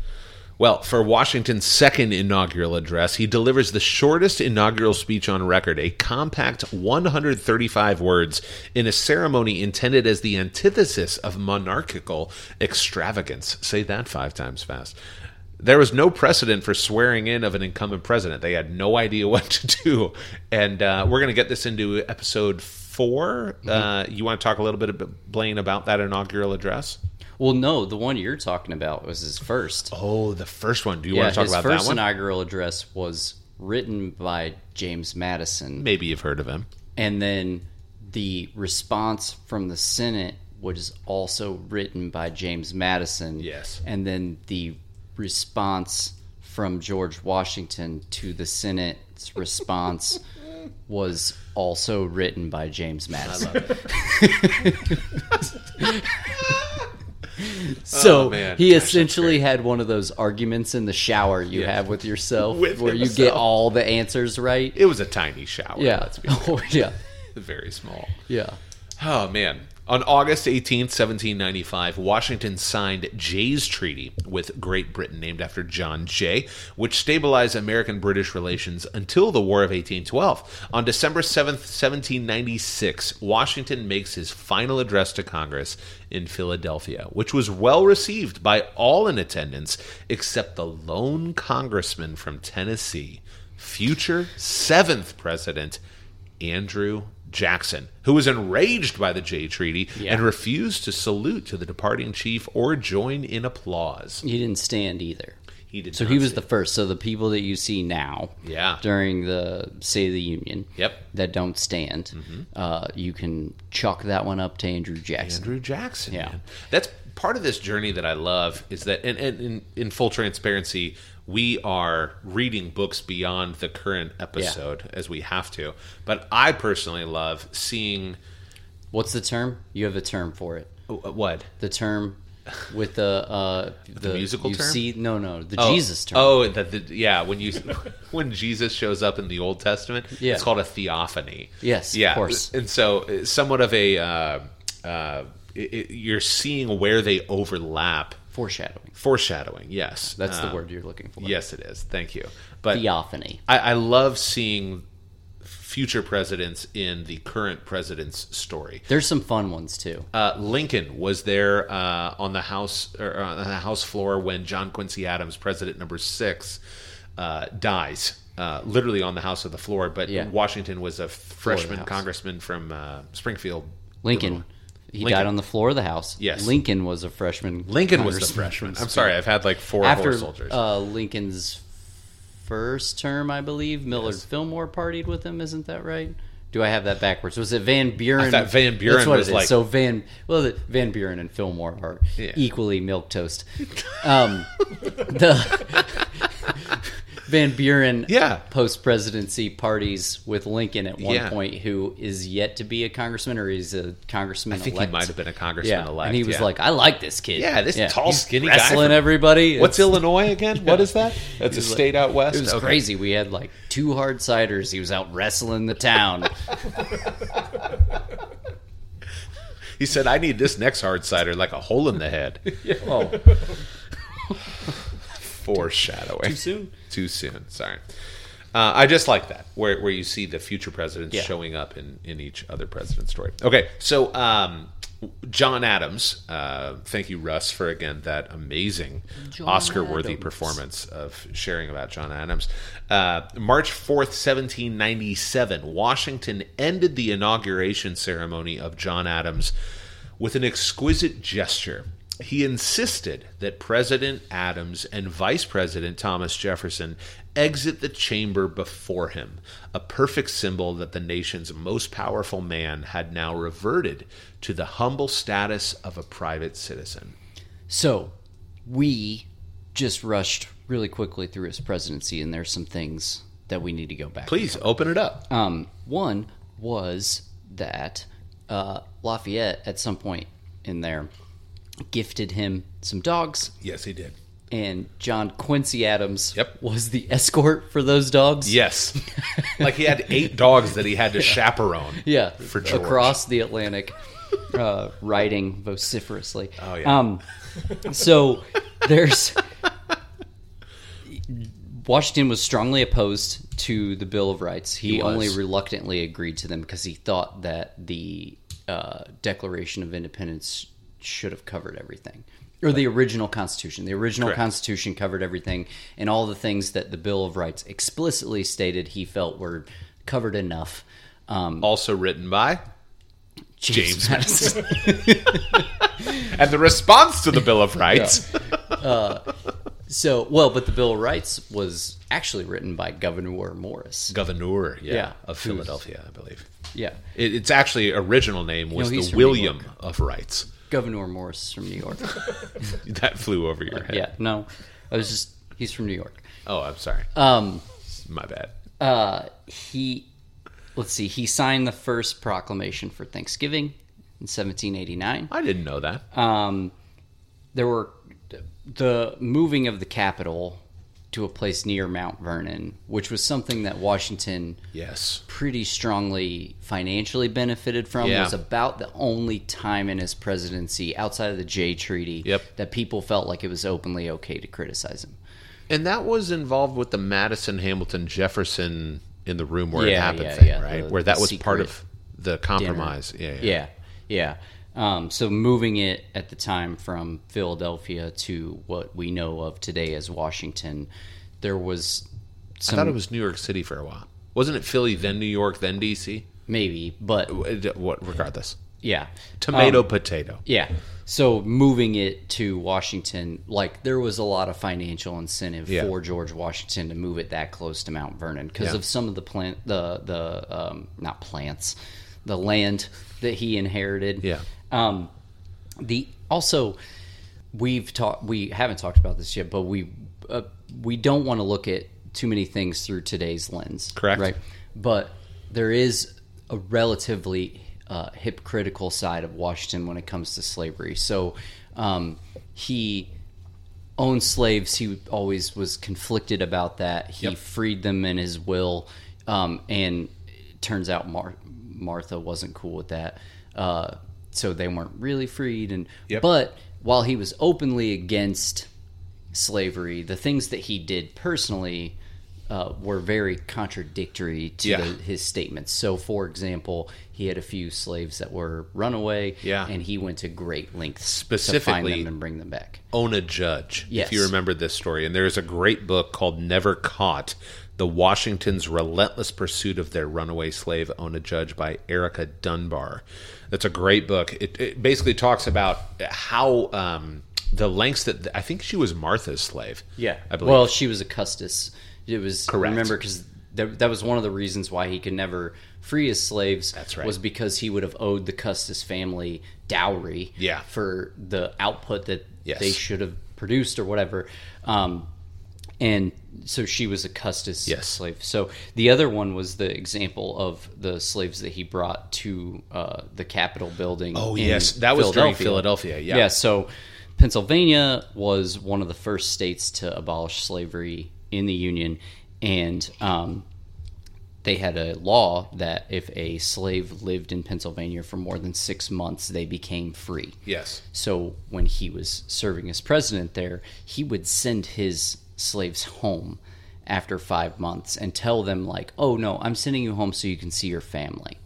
Well, for Washington's second inaugural address, he delivers the shortest inaugural speech on record, a compact 135 words, in a ceremony intended as the antithesis of monarchical extravagance. Say that five times fast. There was no precedent for swearing in of an incumbent president. They had no idea what to do. And uh, we're going to get this into episode 4 Uh, you want to talk a little bit, about, Blaine, about that inaugural address? Well, no, the one you're talking about was his first. Oh, the first one. Do you yeah, want to talk his about first that one? inaugural address was written by James Madison, Maybe you've heard of him. and then the response from the Senate was also written by James Madison. Yes. and then the response from George Washington to the Senate's response was also written by James Madison. so Oh, man. he Gosh, that's essentially had one of those arguments in the shower you have with yourself With where you get himself. all the answers right. It was a tiny shower. yeah. Let's be oh, yeah. very small. Yeah. Oh, man. On August 18th, 1795, Washington signed Jay's Treaty with Great Britain, named after John Jay, which stabilized American British relations until the War of 1812. On December 7th, 1796, Washington makes his final address to Congress in Philadelphia, which was well received by all in attendance except the lone congressman from Tennessee, future seventh president Andrew Jackson, who was enraged by the Jay Treaty and refused to salute to the departing chief or join in applause. He didn't stand either. He did So not he was say- the first. So the people that you see now, Yeah. during the State of the Union, Yep. Mm-hmm. that don't stand, uh, you can chalk that one up to Andrew Jackson. Andrew Jackson. Yeah. man. That's part of this journey that I love is that, and, and, and in full transparency, we are reading books beyond the current episode as we have to. But I personally love seeing What's the term? You have a term for it. oh, uh, what? The term with the uh, the, musical you term? See, no, no, the Oh, Jesus term. Oh, the, the, yeah. When you when Jesus shows up in the Old Testament, Yeah. it's called a theophany. Yes, of yeah. course. And so, uh, somewhat of a uh, uh, it, it, you're seeing where they overlap. foreshadowing. Foreshadowing. Yes, That's Uh, the word you're looking for. Yes, it is. Thank you. But Theophany. I, I love seeing future presidents in the current president's story. There's some fun ones too. Uh, Lincoln was there uh, on the house or uh, on the house floor when John Quincy Adams, President number six, uh, dies. Uh, literally on the house of the floor, but Yeah. Washington was a freshman house. congressman from uh, Springfield. Lincoln. He died Lincoln. on the floor of the House. Yes. Lincoln was a freshman. Lincoln was the congressman. freshman. I'm sorry, I've had like four after horse soldiers. uh, Lincoln's first term, I believe. Millard Fillmore partied with him, isn't that right? Do I have that backwards? Was it Van Buren? thought Van Buren That's what was it is. like- so Van. Well, the- Van Buren and Fillmore are Yeah. equally milk toast. Um, the Van Buren, Yeah. post presidency parties with Lincoln at one Yeah. point, who is yet to be a congressman or is a congressman. I think elect. he might have been a congressman Yeah, elect. and he was yeah. like, "I like this kid. Yeah, this tall, He's skinny guy wrestling from- everybody. What's It's- Illinois again? What is that? That's a He's like- state out west. It was Okay. crazy. We had like two hard ciders. He was out wrestling the town. He said, "I need this next hard cider like a hole in the head." oh, Foreshadowing. Too soon? Too soon. Sorry. Uh, I just like that where where you see the future presidents Yeah. showing up in in each other president's story. Okay, so um, John Adams, uh, thank you, Russ, for again that amazing Oscar worthy performance of sharing about John Adams. Uh, March 4th, 1797, Washington ended the inauguration ceremony of John Adams with an exquisite gesture. He insisted that President Adams and Vice President Thomas Jefferson exit the chamber before him, a perfect symbol that the nation's most powerful man had now reverted to the humble status of a private citizen. So we just rushed really quickly through his presidency, and there's some things that we need to go back. Please open it up. Um, one was that uh, Lafayette, at some point in there, gifted him some dogs, Yes, he did. and John Quincy Adams Yep. was the escort for those dogs. Yes. like he had eight dogs that he had to chaperone. yeah, For George. across the Atlantic, uh, riding vociferously. Oh, yeah. Um, so there's Washington was strongly opposed to the Bill of Rights. He, was. only reluctantly agreed to them because he thought that the uh, Declaration of Independence should have covered everything. Or the original Constitution. The original Correct. Constitution covered everything, and all the things that the Bill of Rights explicitly stated he felt were covered enough. Um, Also written by. James Madison. And the response to the Bill of Rights. so, well, but the Bill of Rights was actually written by Governor Morris. Governor, yeah, Yeah. of Who's- Philadelphia, I believe. Yeah, It, its actually original name was he's the from New William of Rights. Governor Morris from New York. That flew over your head. yeah, no, I was just he's from New York. Oh, I'm sorry. Um, My bad. uh, he, let's see, he signed the first proclamation for Thanksgiving in 1789. I didn't know that. um, there were the moving of the capital to a place near Mount Vernon, which was something that Washington yes. pretty strongly financially benefited from Yeah. was about the only time in his presidency outside of the Jay Treaty Yep. that people felt like it was openly okay to criticize him. And that was involved with the Madison, Hamilton, Jefferson in the room where it Yeah, happened yeah, thing, yeah, right? the- where that the was part secret of the compromise. Yeah, yeah. Yeah, yeah. Um, so moving it at the time from Philadelphia to what we know of today as Washington, there was I some thought it was New York City for a while. Wasn't it Philly, then New York, then DC? maybe, but What- What? Regardless, yeah, tomato, Um, potato. Yeah. So moving it to Washington, like there was a lot of financial incentive Yeah. for George Washington to move it that close to Mount Vernon because Yeah. of some of the plant, the the um, not plants, the land that he inherited. Yeah. Um, the also we've talked we haven't talked about this yet, but we uh, we don't want to look at too many things through today's lens. Correct. Right. But there is a relatively uh, hypocritical side of Washington when it comes to slavery. So um, he owned slaves. He always was conflicted about that. He Yep. freed them in his will, um, and it turns out Mar- Martha wasn't cool with that. Uh, so they weren't really freed. And Yep. but while he was openly against slavery, the things that he did personally uh, were very contradictory to Yeah. the, his statements. So, for example, he had a few slaves that were runaway, Yeah. and he went to great lengths to find Specifically- them and bring them back. Ona Judge, if Yes. you remember this story. And there is a great book called Never Caught The Washington's Relentless Pursuit of Their Runaway Slave, Ona Judge, by Erica Dunbar. That's a great book. It, it basically talks about how um, the lengths that I think she was Martha's slave. I believe. Well, she was a Custis. It was Correct. Remember, because that, that was one of the reasons why he could never free his slaves. That's right. Was because he would have owed the Custis family dowry. Yeah. For the output that Yes. they should have produced or whatever. Um, and so she was a Custis Yes. slave. So the other one was the example of the slaves that he brought to uh, the Capitol building. Oh, in yes. That was during Philadelphia, yeah. Yeah. So Pennsylvania was one of the first states to abolish slavery in the Union, and um, they had a law that if a slave lived in Pennsylvania for more than six months, they became free. yes. So when he was serving as president there, he would send his slaves home after five Hmm. months and tell them like, "Oh no, I'm sending you home so you can see your family."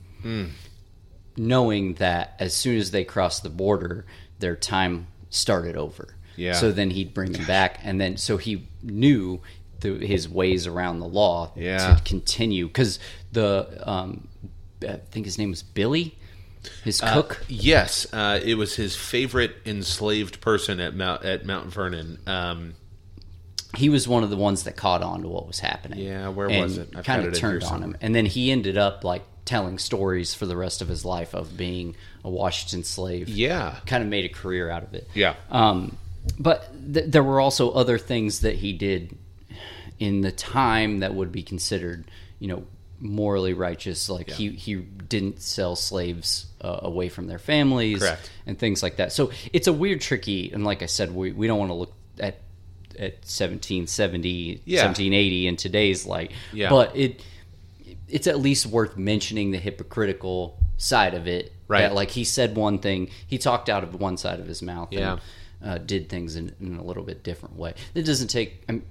knowing that as soon as they crossed the border, their time started over. Yeah. So then he'd bring them back, and then so he knew the, his ways around the law Yeah. to continue because the um, I think his name was Billy, his Uh, cook. Yes, uh, it was his favorite enslaved person at Mount at Mount Vernon. Um, he was one of the ones that caught on to what was happening. Yeah, where and was it? I've had Kind it in of here turned on him, somewhere. and then he ended up like telling stories for the rest of his life of being a Washington slave. yeah, kind of made a career out of it. yeah, Um, but th- there were also other things that he did in the time that would be considered, you know, morally righteous. Like he he didn't sell slaves uh, away from their families Correct. and things like that. So it's a weird, tricky, and like I said, we we don't want to look at at 1770 Yeah. 1780 in today's light Yeah. but it it's at least worth mentioning the hypocritical side of it. Right. That, like he said one thing, he talked out of one side of his mouth. Yeah. And, uh, did things in, in a little bit different way. It doesn't take um,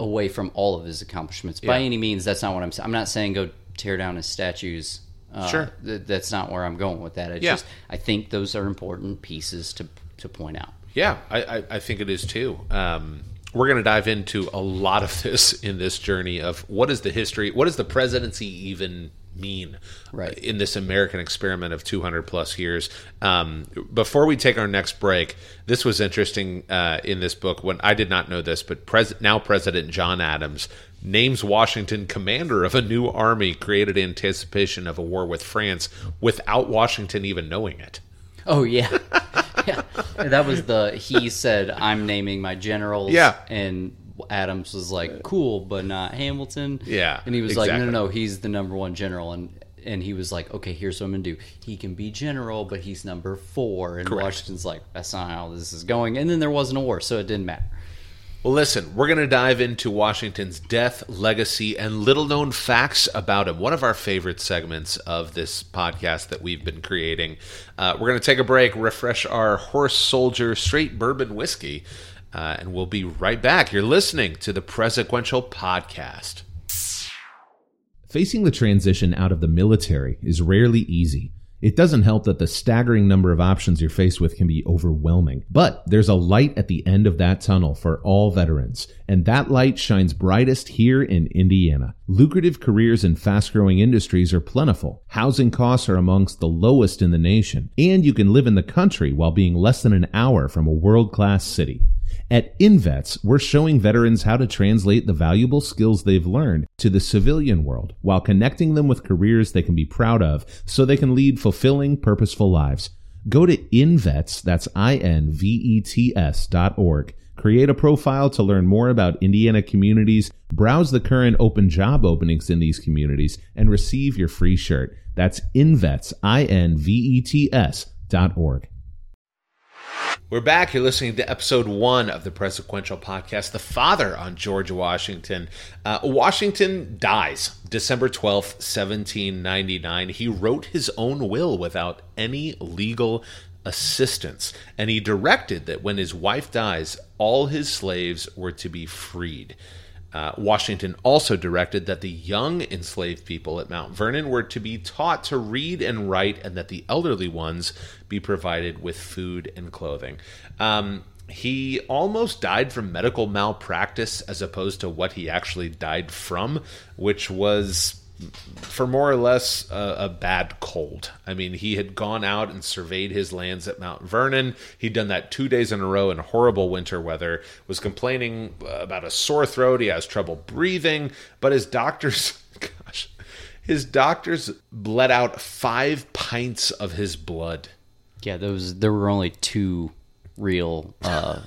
away from all of his accomplishments by Yeah. any means. That's not what I'm. sa- I'm not saying go tear down his statues. Uh, Sure. th- that's not where I'm going with that. It's Yeah. just I think those are important pieces to to point out. yeah. I, I, I think it is too. Um, we're going to dive into a lot of this in this journey of what is the history, what does the presidency even mean, uh, Right. in this American experiment of 200 plus years. Um, before we take our next break, this was interesting uh, in this book when I did not know this, but pres- now President John Adams names Washington commander of a new army created in anticipation of a war with France without Washington even knowing it. Oh yeah, yeah. That was the he said I'm naming my generals. Yeah. and Adams was like, "Cool, but not Hamilton." Yeah, and he was like, exactly. "No, no, no. He's the number one general." And and he was like, "Okay, here's what I'm gonna do. He can be general, but he's number four. And Correct. Washington's like, "That's not how this is going." And then there wasn't a war, so it didn't matter. Well, listen, we're going to dive into Washington's death, legacy, and little known facts about him. One of our favorite segments of this podcast that we've been creating. Uh, we're going to take a break, refresh our horse soldier straight bourbon whiskey, uh, and we'll be right back. You're listening to the Presequential Podcast. Facing the transition out of the military is rarely easy. It doesn't help that the staggering number of options you're faced with can be overwhelming. But there's a light at the end of that tunnel for all veterans, and that light shines brightest here in Indiana. Lucrative careers in fast growing industries are plentiful. Housing costs are amongst the lowest in the nation, and you can live in the country while being less than an hour from a world class city. At InVets, we're showing veterans how to translate the valuable skills they've learned to the civilian world while connecting them with careers they can be proud of so they can lead fulfilling, purposeful lives. Go to InVets, that's I N V E T S dot org. Create a profile to learn more about Indiana communities, browse the current open job openings in these communities, and receive your free shirt. That's InVets, I N V E T S dot org. We're back. You're listening to episode one of the Presequential Podcast, The Father on George Washington. Uh, Washington dies December 12th, 1799. He wrote his own will without any legal assistance, and he directed that when his wife dies, all his slaves were to be freed. Uh, Washington also directed that the young enslaved people at Mount Vernon were to be taught to read and write, and that the elderly ones be provided with food and clothing. Um, he almost died from medical malpractice as opposed to what he actually died from, which was for more or less a, a bad cold. I mean, he had gone out and surveyed his lands at Mount Vernon. He'd done that two days in a row in horrible winter weather, was complaining uh, about a sore throat. He has trouble breathing, but his doctors, gosh, his doctors bled out five pints of his blood. Yeah, those there were only two real uh,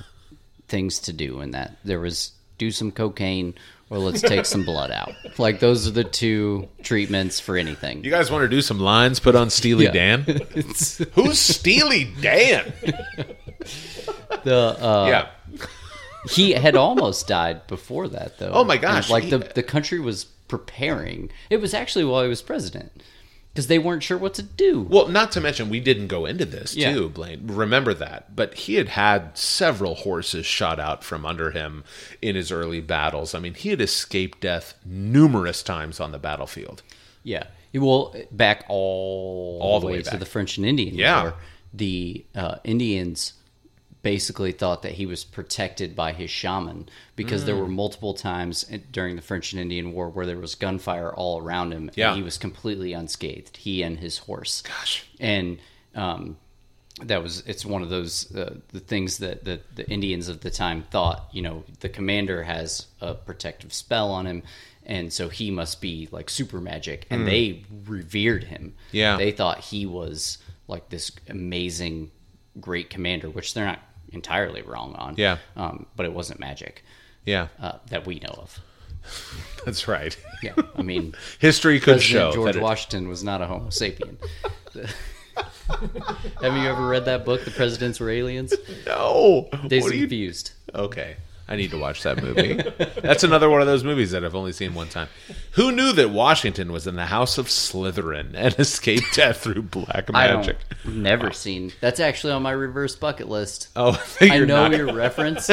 things to do in that. There was do some cocaine or let's take some blood out. Like those are the two treatments for anything. You guys want to do some lines put on Steely Yeah. Dan? Who's Steely Dan? the uh, yeah. he had almost died before that though. Oh my And, gosh, Like he- the the country was preparing. It was actually while he was president because they weren't sure what to do. Well, not to mention we didn't go into this Yeah. too, Blaine. Remember that. But he had had several horses shot out from under him in his early battles. I mean, he had escaped death numerous times on the battlefield. yeah. Well, back all, All the the way, way to back. the French and Indian Yeah. War, the uh, Indians basically thought that he was protected by his shaman because there Mm. were multiple times in- during the French and Indian War where there was gunfire all around him, Yeah. and he was completely unscathed. He and his horse. Gosh. And um, that was it's one of those uh, the things that the, the Indians of the time thought you know the commander has a protective spell on him and so he must be like super magic and they revered him Hmm. Yeah. they thought he was like this amazing great commander which they're not entirely wrong on Yeah. um, but it wasn't magic Yeah, uh, that we know of that's right. yeah I mean History could show President George that it- Washington was not a Homo sapien. Have you ever read that book, The Presidents Were Aliens? No, Days What are you Confused. Okay. I need to watch that movie. That's another one of those movies that I've only seen one time. Who knew that Washington was in the house of Slytherin and escaped death through black I magic? don't. Never seen. That's actually on my reverse bucket list. Oh, I you're know not. your reference,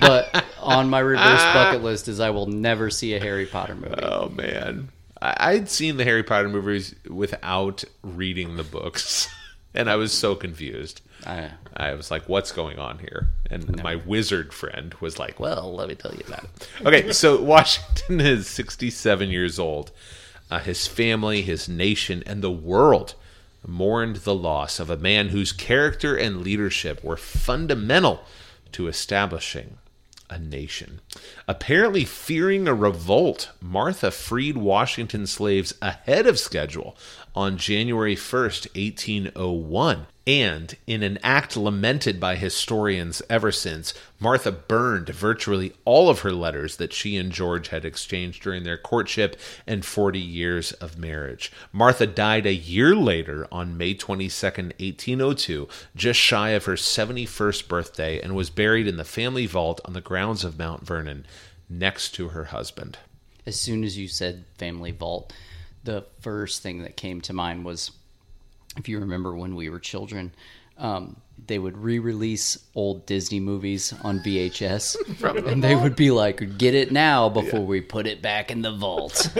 but on my reverse bucket list is I will never see a Harry Potter movie. Oh man, I- I'd seen the Harry Potter movies without reading the books, and I was so confused. I- I was like, "What's going on here?" And my wizard friend was like, well, let me tell you about it. okay, so Washington is 67 years old. Uh, his family, his nation, and the world mourned the loss of a man whose character and leadership were fundamental to establishing a nation. Apparently, fearing a revolt, Martha freed Washington slaves ahead of schedule on January 1st, 1801. And in an act lamented by historians ever since, Martha burned virtually all of her letters that she and George had exchanged during their courtship and 40 years of marriage. Martha died a year later on May 22nd, 1802, just shy of her 71st birthday, and was buried in the family vault on the grounds of Mount Vernon next to her husband. As soon as you said family vault, the first thing that came to mind was if you remember when we were children, um, they would re-release old Disney movies on VHS, and they would be like, "Get it now before we put it back in the vault."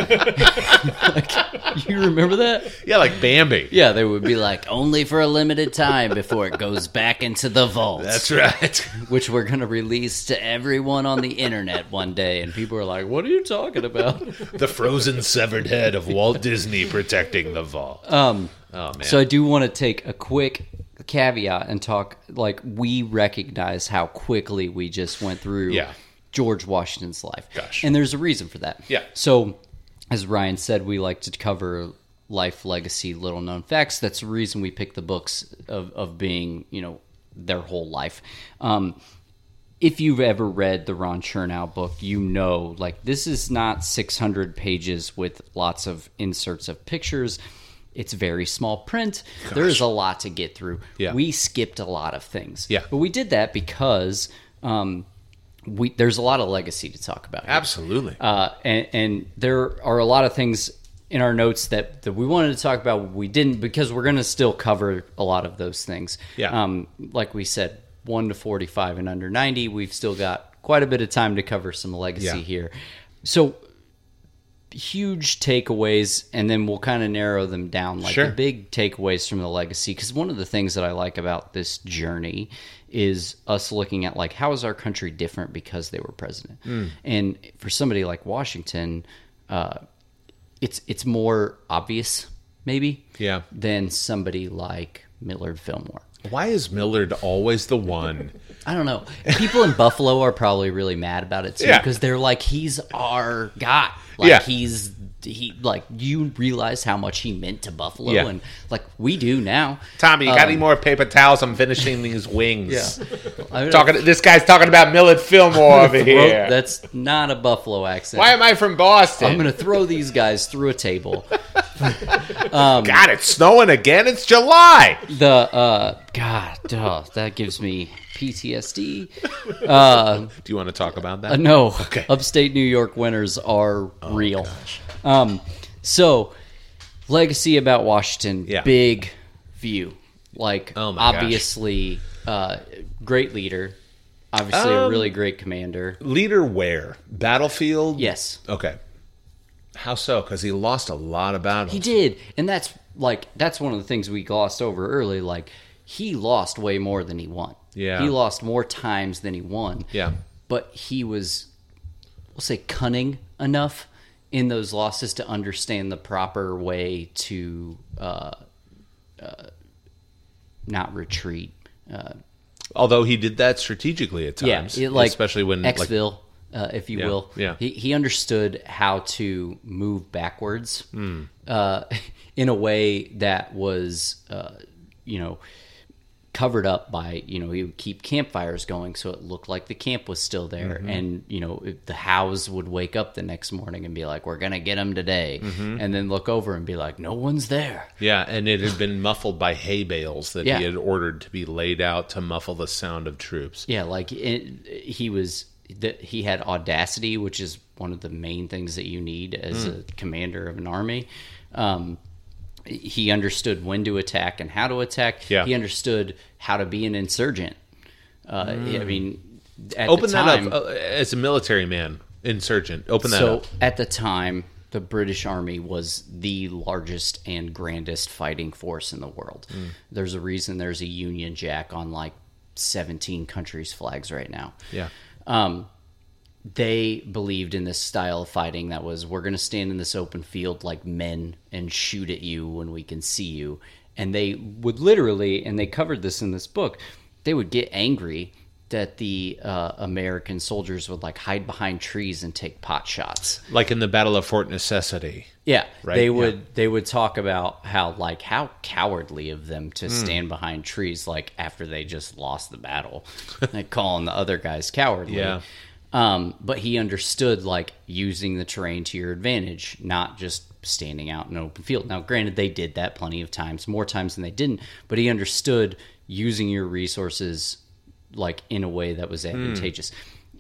like, you remember that? Yeah, like Bambi. Yeah, they would be like, "Only for a limited time before it goes back into the vault," That's right. which we're gonna release to everyone on the internet one day. And people are like, "What are you talking about?" the frozen severed head of Walt Disney protecting the vault. So I do want to take a quick caveat and talk like we recognize how quickly we just went through Yeah. George Washington's life. Gosh. And there's a reason for that. Yeah. So as Ryan said, we like to cover life legacy, little known facts. That's the reason we pick the books of, of being, you know, their whole life. Um, if you've ever read the Ron Chernow book, you know, like this is not 600 pages with lots of inserts of pictures. It's very small print. There is a lot to get through. Yeah. We skipped a lot of things. Yeah. But we did that because um, we there's a lot of legacy to talk about. here. Absolutely. Uh, and, and there are a lot of things in our notes that, that we wanted to talk about we didn't because we're going to still cover a lot of those things Yeah. um, like we said 1 to 45 and under 90 we've still got quite a bit of time to cover some legacy Yeah. here so huge takeaways and then we'll kind of narrow them down like Sure. the big takeaways from the legacy because one of the things that i like about this journey is us looking at like how is our country different because they were president Mm. and for somebody like washington uh, it's it's more obvious maybe Yeah. than somebody like millard fillmore Why is Millard always the one? I don't know. People in Buffalo are probably really mad about it too Yeah. because they're like, he's our guy. Like Yeah. he's he like you realize how much he meant to Buffalo Yeah. and like we do now. Tommy, you got Um, any more paper towels? I'm finishing these wings. I don't know. Talking, this guy's talking about Millard Fillmore over Well, here. That's not a Buffalo accent. Why am I from Boston? I'm gonna throw these guys through a table. God, it's snowing again. It's July. The uh, God, duh, that gives me PTSD. Do you want to talk about that? Uh, no, Okay. Oh, upstate New York winters are real. Um, so legacy about Washington, Yeah. big view. Like Oh my gosh. obviously, uh, great leader. Um, Obviously, a really great commander. Leader where? Battlefield? Yes, Okay. How so? Because he lost a lot of battles. He did, and that's like that's one of the things we glossed over early. Like he lost way more than he won. Yeah. he lost more times than he won. Yeah. but he was, we'll say, cunning enough in those losses to understand the proper way to uh, uh, not retreat. Uh, Although he did that strategically at yeah, times, it, like especially when like, Xville, uh, if you Yeah, will. yeah. he he understood how to move backwards Hmm. uh, in a way that was, uh, you know. Covered up by you know he would keep campfires going so it looked like the camp was still there Mm-hmm. and you know it- the house would wake up the next morning and be like we're gonna get him today Mm-hmm. and then look over and be like no one's there yeah, and it had been muffled by hay bales that Yeah. he had ordered to be laid out to muffle the sound of troops. Yeah, like it, he was that he had audacity, which is one of the main things that you need Hmm. as a commander of an army. Um, he understood when to attack and how to attack. Yeah. he understood how to be an insurgent. Uh, I mean, at Hmm. Open the that time, up uh, as a military man, insurgent. Open that so up. at the time, the British Army was the largest and grandest fighting force in the world. Hmm. There's a reason there's a Union Jack on like 17 countries' flags right now. Yeah, um, they believed in this style of fighting that was we're going to stand in this open field like men and shoot at you when we can see you and they would literally and they covered this in this book they would get angry that the uh, american soldiers would like hide behind trees and take pot shots like in the Battle of Fort Necessity. yeah, Right? they Yeah. would they would talk about how like how cowardly of them Hmm. to stand behind trees like after they just lost the battle, like calling the other guys cowardly. Yeah. Um, but he understood like using the terrain to your advantage, not just standing out in an open field. Now, granted, they did that plenty of times, more times than they didn't. But he understood using your resources like in a way that was advantageous.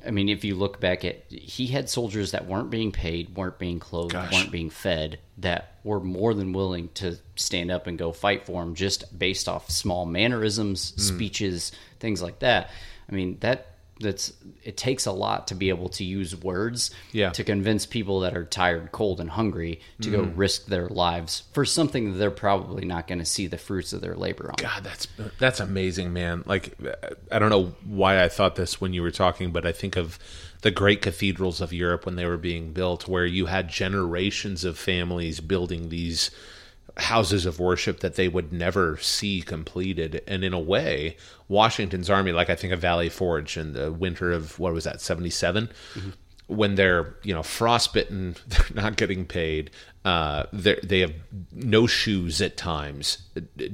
I mean, if you look back at, he had soldiers that weren't being paid, weren't being clothed, weren't being fed, that were more than willing to stand up and go fight for him, just based off small mannerisms, speeches, things like that. I mean, that that's it takes a lot to be able to use words Yeah. to convince people that are tired, cold, and hungry to Mm. go risk their lives for something that they're probably not going to see the fruits of their labor on. God, that's that's amazing, man. Like I don't know why I thought this when you were talking, but I think of the great cathedrals of Europe when they were being built where you had generations of families building these houses of worship that they would never see completed. And in a way, Washington's army, like I think of Valley Forge in the winter of what was that, 77? when they're you know frostbitten, they're not getting paid. Uh, they're- they have no shoes at times.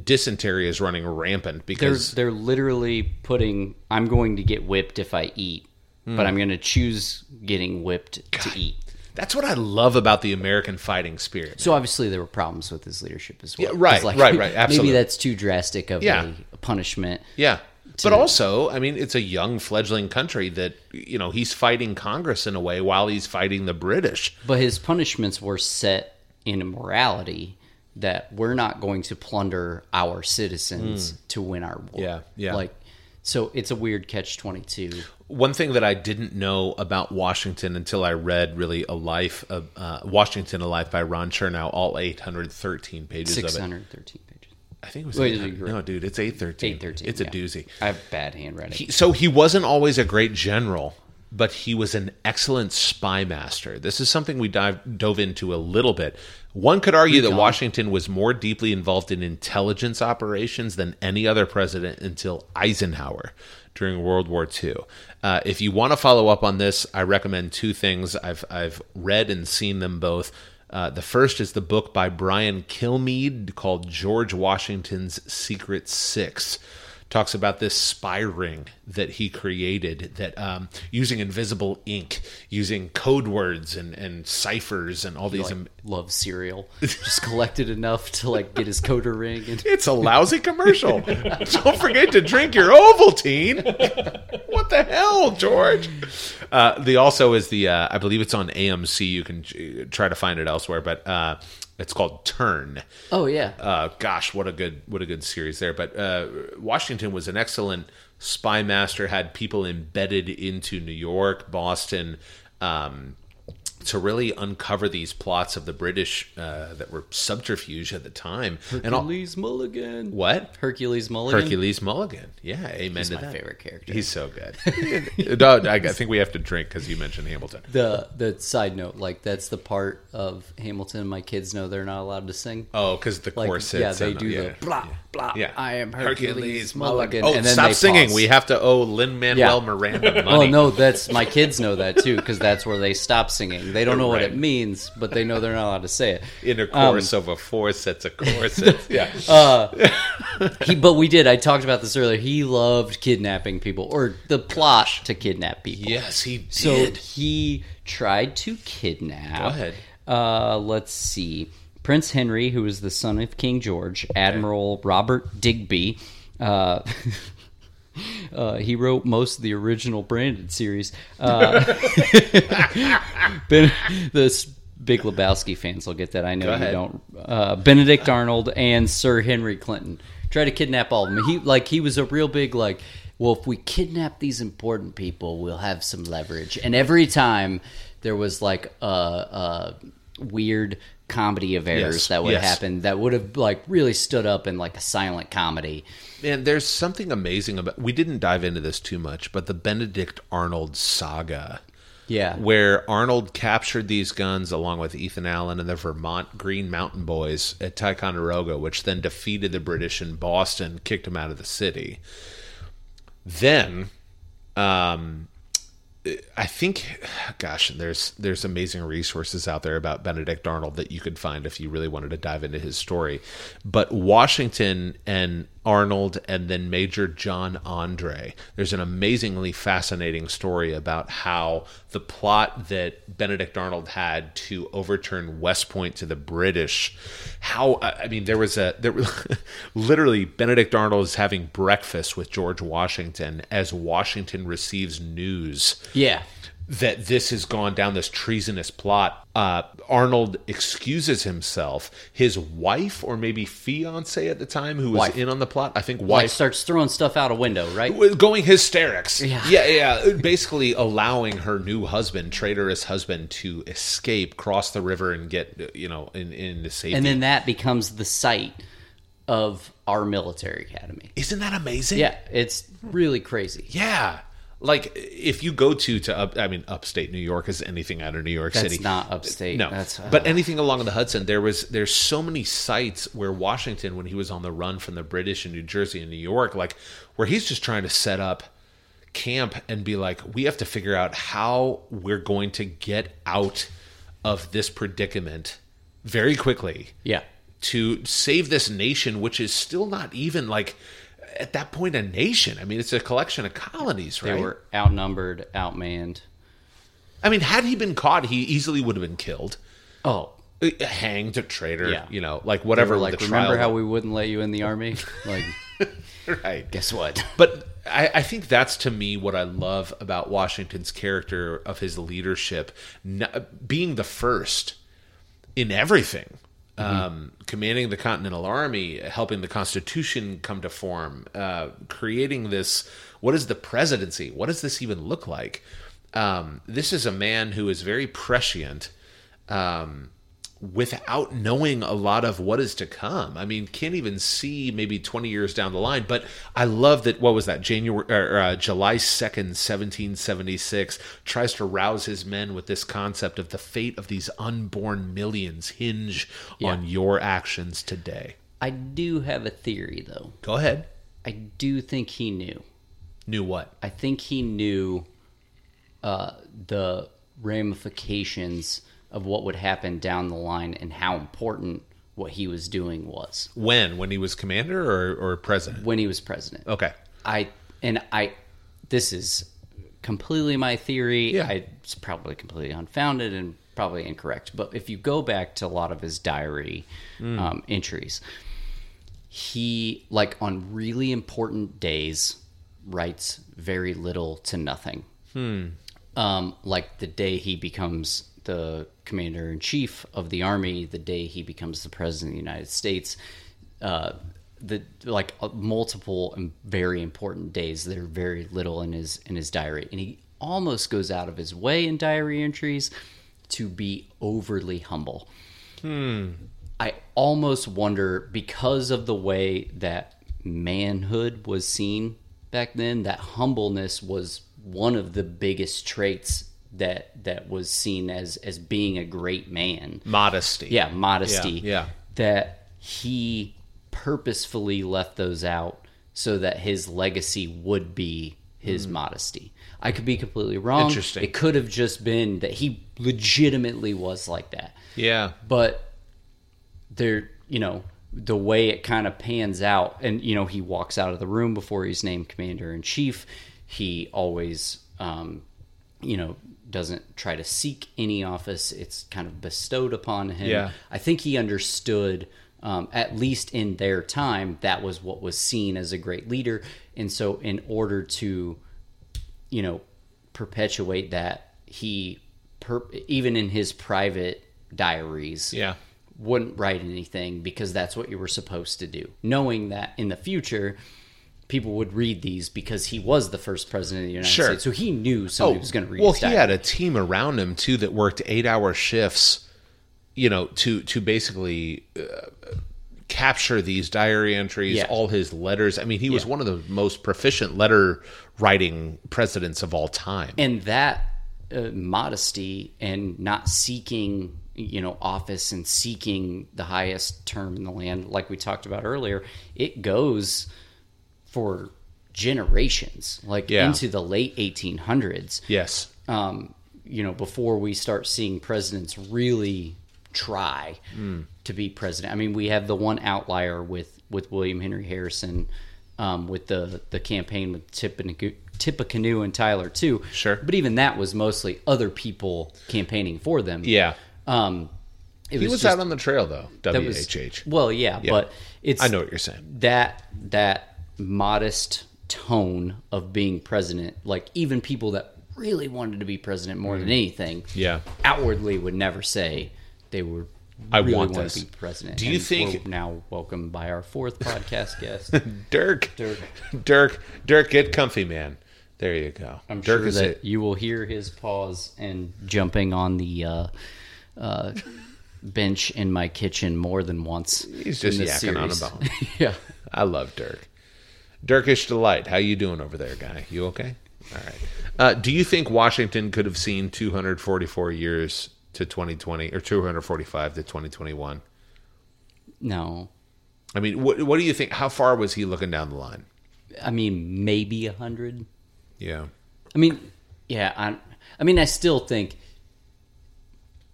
Dysentery is running rampant they're because they're literally putting I'm going to get whipped if I eat, Mm. but I'm going to choose getting whipped to eat. that's what I love about the American fighting spirit. So obviously there were problems with his leadership as well. Yeah, right, 'Cause, right, right, absolutely. Maybe that's too drastic of Yeah. a punishment. yeah. But also, I mean, it's a young fledgling country that you know he's fighting Congress in a way while he's fighting the British. But his punishments were set in a morality that we're not going to plunder our citizens to win our war. Hmm. Yeah, yeah. Like so it's a weird catch 22. One thing that I didn't know about Washington until I read really a life of uh, Washington, a life by Ron Chernow, all eight hundred thirteen pages of it. 613 pages. I think it was Wait, 800. you're right. no, dude. It's eight thirteen. 813. It's a yeah. doozy. I have bad handwriting. He- so he wasn't always a great general, but he was an excellent spy master. This is something we dive, dove into a little bit. One could argue that Washington was more deeply involved in intelligence operations than any other president until Eisenhower during World War II. Uh, if you want to follow up on this, I recommend two things. I've I've read and seen them both. Uh, the first is the book by Brian Kilmeade called George Washington's Secret Six talks about this spy ring that he created that um, using invisible ink using code words and, and ciphers and all these am- love cereal. Just collected enough to like get his coder ring and it's a lousy commercial don't forget to drink your ovaltine what the hell george uh, the also is the uh, i believe it's on amc you can uh, try to find it elsewhere but uh, it's called turn oh yeah. uh, gosh, what a good what a good series there. But uh, Washington was an excellent spy master. Had people embedded into New York, Boston, um, to really uncover these plots of the British uh, that were subterfuge at the time. And all, Hercules Mulligan. what? Hercules Mulligan. Hercules Mulligan. Yeah, amen to my that. favorite character. He's so good. no, I, I think we have to drink because you mentioned Hamilton. The the side note, like that's the part of Hamilton. My kids know they're not allowed to sing. Oh, because the Like, corsets. yeah, they and do the blah blah. Yeah. I am Hercules, Hercules, Mulligan. Mulligan. Oh, and then stop they singing. pause. We have to owe Lin Manuel Yeah. Miranda Oh money. no, that's my kids know that too because that's where they stop singing. They don't know what Right. it means, but they know they're not allowed to say it. In a Um, course over four sets of corsets. yeah. He, but we did. I talked about this earlier. He loved kidnapping people or the plot to kidnap people. yes, he did. Uh, So he tried to kidnap. Go ahead. Uh, let's see. Prince Henry, who was the son of King George, Admiral Robert Digby. Uh, uh, he wrote most of the original Branded series. Uh, ben, the S- Big Lebowski fans will get that. I know you ahead. don't. Uh, Benedict Arnold and Sir Henry Clinton tried to kidnap all of them. He like he was a real big like. Well, if we kidnap these important people, we'll have some leverage. And every time there was like a, a weird comedy of errors Yes, that would yes. happen that would have like really stood up in like a silent comedy. Man, there's something amazing about. We didn't dive into this too much, but the Benedict Arnold saga, Yeah. where Arnold captured these guns along with Ethan Allen and the Vermont Green Mountain Boys at Ticonderoga, which then defeated the British in Boston, kicked them out of the city. Then, um, I think, gosh, there's there's amazing resources out there about Benedict Arnold that you could find if you really wanted to dive into his story. But Washington and Arnold, and then Major John Andre. There's an amazingly fascinating story about how the plot that Benedict Arnold had to overturn West Point to the British. How I I mean, there was a there literally Benedict Arnold is having breakfast with George Washington as Washington receives news Yeah. that this has gone down this treasonous plot. Uh, Arnold excuses himself. His wife, or maybe fiance at the time, who was Wife. in on the plot, I think Like wife, starts throwing stuff out a window, right? was going hysterics. Yeah. yeah, yeah. Basically, allowing her new husband, traitorous husband, to escape, cross the river, and get you know in in the safety. and then that becomes the site of our military academy. isn't that amazing? Yeah, it's really crazy. yeah. Like if you go to to up, I mean upstate New York is anything out of New York That's City. not upstate. No, that's uh, but anything along the Hudson, there was there's so many sites where Washington, when he was on the run from the British in New Jersey and New York, like where he's just trying to set up camp and be like, we have to figure out how we're going to get out of this predicament very quickly yeah, to save this nation, which is still not even like at that point a nation. I mean, it's a collection of colonies, they right? were outnumbered, outmanned. I mean, had he been caught, he easily would have been killed. Oh, Uh, hanged a traitor, Yeah. you know, like they whatever. were like the remember how trial, we wouldn't let you in the army? Like, right? guess what? But I, I think that's to me what I love about Washington's character of his leadership, n- being the first in everything, Mm-hmm. um, commanding the Continental Army, helping the Constitution come to form, uh, creating this. What is the presidency? What does this even look like? Um, this is a man who is very prescient. Um, without knowing a lot of what is to come. I mean, can't even see maybe 20 years down the line, but I love that what was that January or uh, July 2nd, 1776 tries to rouse his men with this concept of the fate of these unborn millions hinge on your actions today. I do have a theory though. Go ahead. I do think he knew. Knew what? I think he knew uh, the ramifications of what would happen down the line and how important what he was doing was When? When he was commander or, or president? when he was president. Okay. I and I this is completely my theory. Yeah. I, it's probably completely unfounded and probably incorrect. But if you go back to a lot of his diary um, entries, he like on really important days writes very little to nothing. Um, like the day he becomes the commander in chief of the army, the day he becomes the president of the United States, uh, the like uh, multiple and very important days. There are very little in his in his diary, and he almost goes out of his way in diary entries to be overly humble. I almost wonder because of the way that manhood was seen back then that humbleness was one of the biggest traits that that was seen as as being a great man. Modesty. Yeah, modesty. Yeah, yeah. That he purposefully left those out so that his legacy would be his modesty. I could be completely wrong. Mm-hmm. Interesting. It could have just been that he legitimately was like that Yeah. but there you know the way it kind of pans out and you know he walks out of the room before he's named commander in chief he always um you know doesn't try to seek any office it's kind of bestowed upon him Yeah. i think he understood um, at least in their time that was what was seen as a great leader and so in order to you know perpetuate that he per- even in his private diaries Yeah. wouldn't write anything because that's what you were supposed to do knowing that in the future people would read these because he was the first president of the united Sure. Oh, states so he knew somebody was going to read well, his he diary. had a team around him too that worked eight-hour shifts, you know, to to basically uh, capture these diary entries, Yeah. all his letters. I mean, he was one of the most proficient letter writing presidents of all time. and that uh, modesty and not seeking you know office and seeking the highest term in the land like we talked about earlier it goes for generations like Yeah. into the late 1800s yes. um, you know, before we start seeing presidents really try Hmm. to be president. I mean, we have the one outlier with with William Henry Harrison, um, with the the campaign with Tippecanoe, Tippecanoe and Tyler too. Sure. but even that was mostly other people campaigning for them. Yeah. um, it He was, was just, out on the trail though. that was- WHH. Well, yeah, but it's I know what you're saying. that that modest tone of being president like even people that really wanted to be president more than anything Mm. Yeah. outwardly would never say they were I really want wanna this. be president Do you And think- we're now welcomed by our fourth podcast guest Dirk. Dirk. Dirk. Dirk, get comfy, man. There you go. i'm Dirk sure is that it. you will hear his pause and jumping on the uh uh bench in my kitchen more than once He's just in this yakking on series. about. him. yeah I love Dirk. Dirkish delight. How you doing over there, guy? You okay? All right. Uh, do you think Washington could have seen 244 years to 2020 or 245 to 2021? no I mean, what what do you think? How far was he looking down the line? i mean maybe a hundred Yeah. I mean, yeah, I, I mean, I still think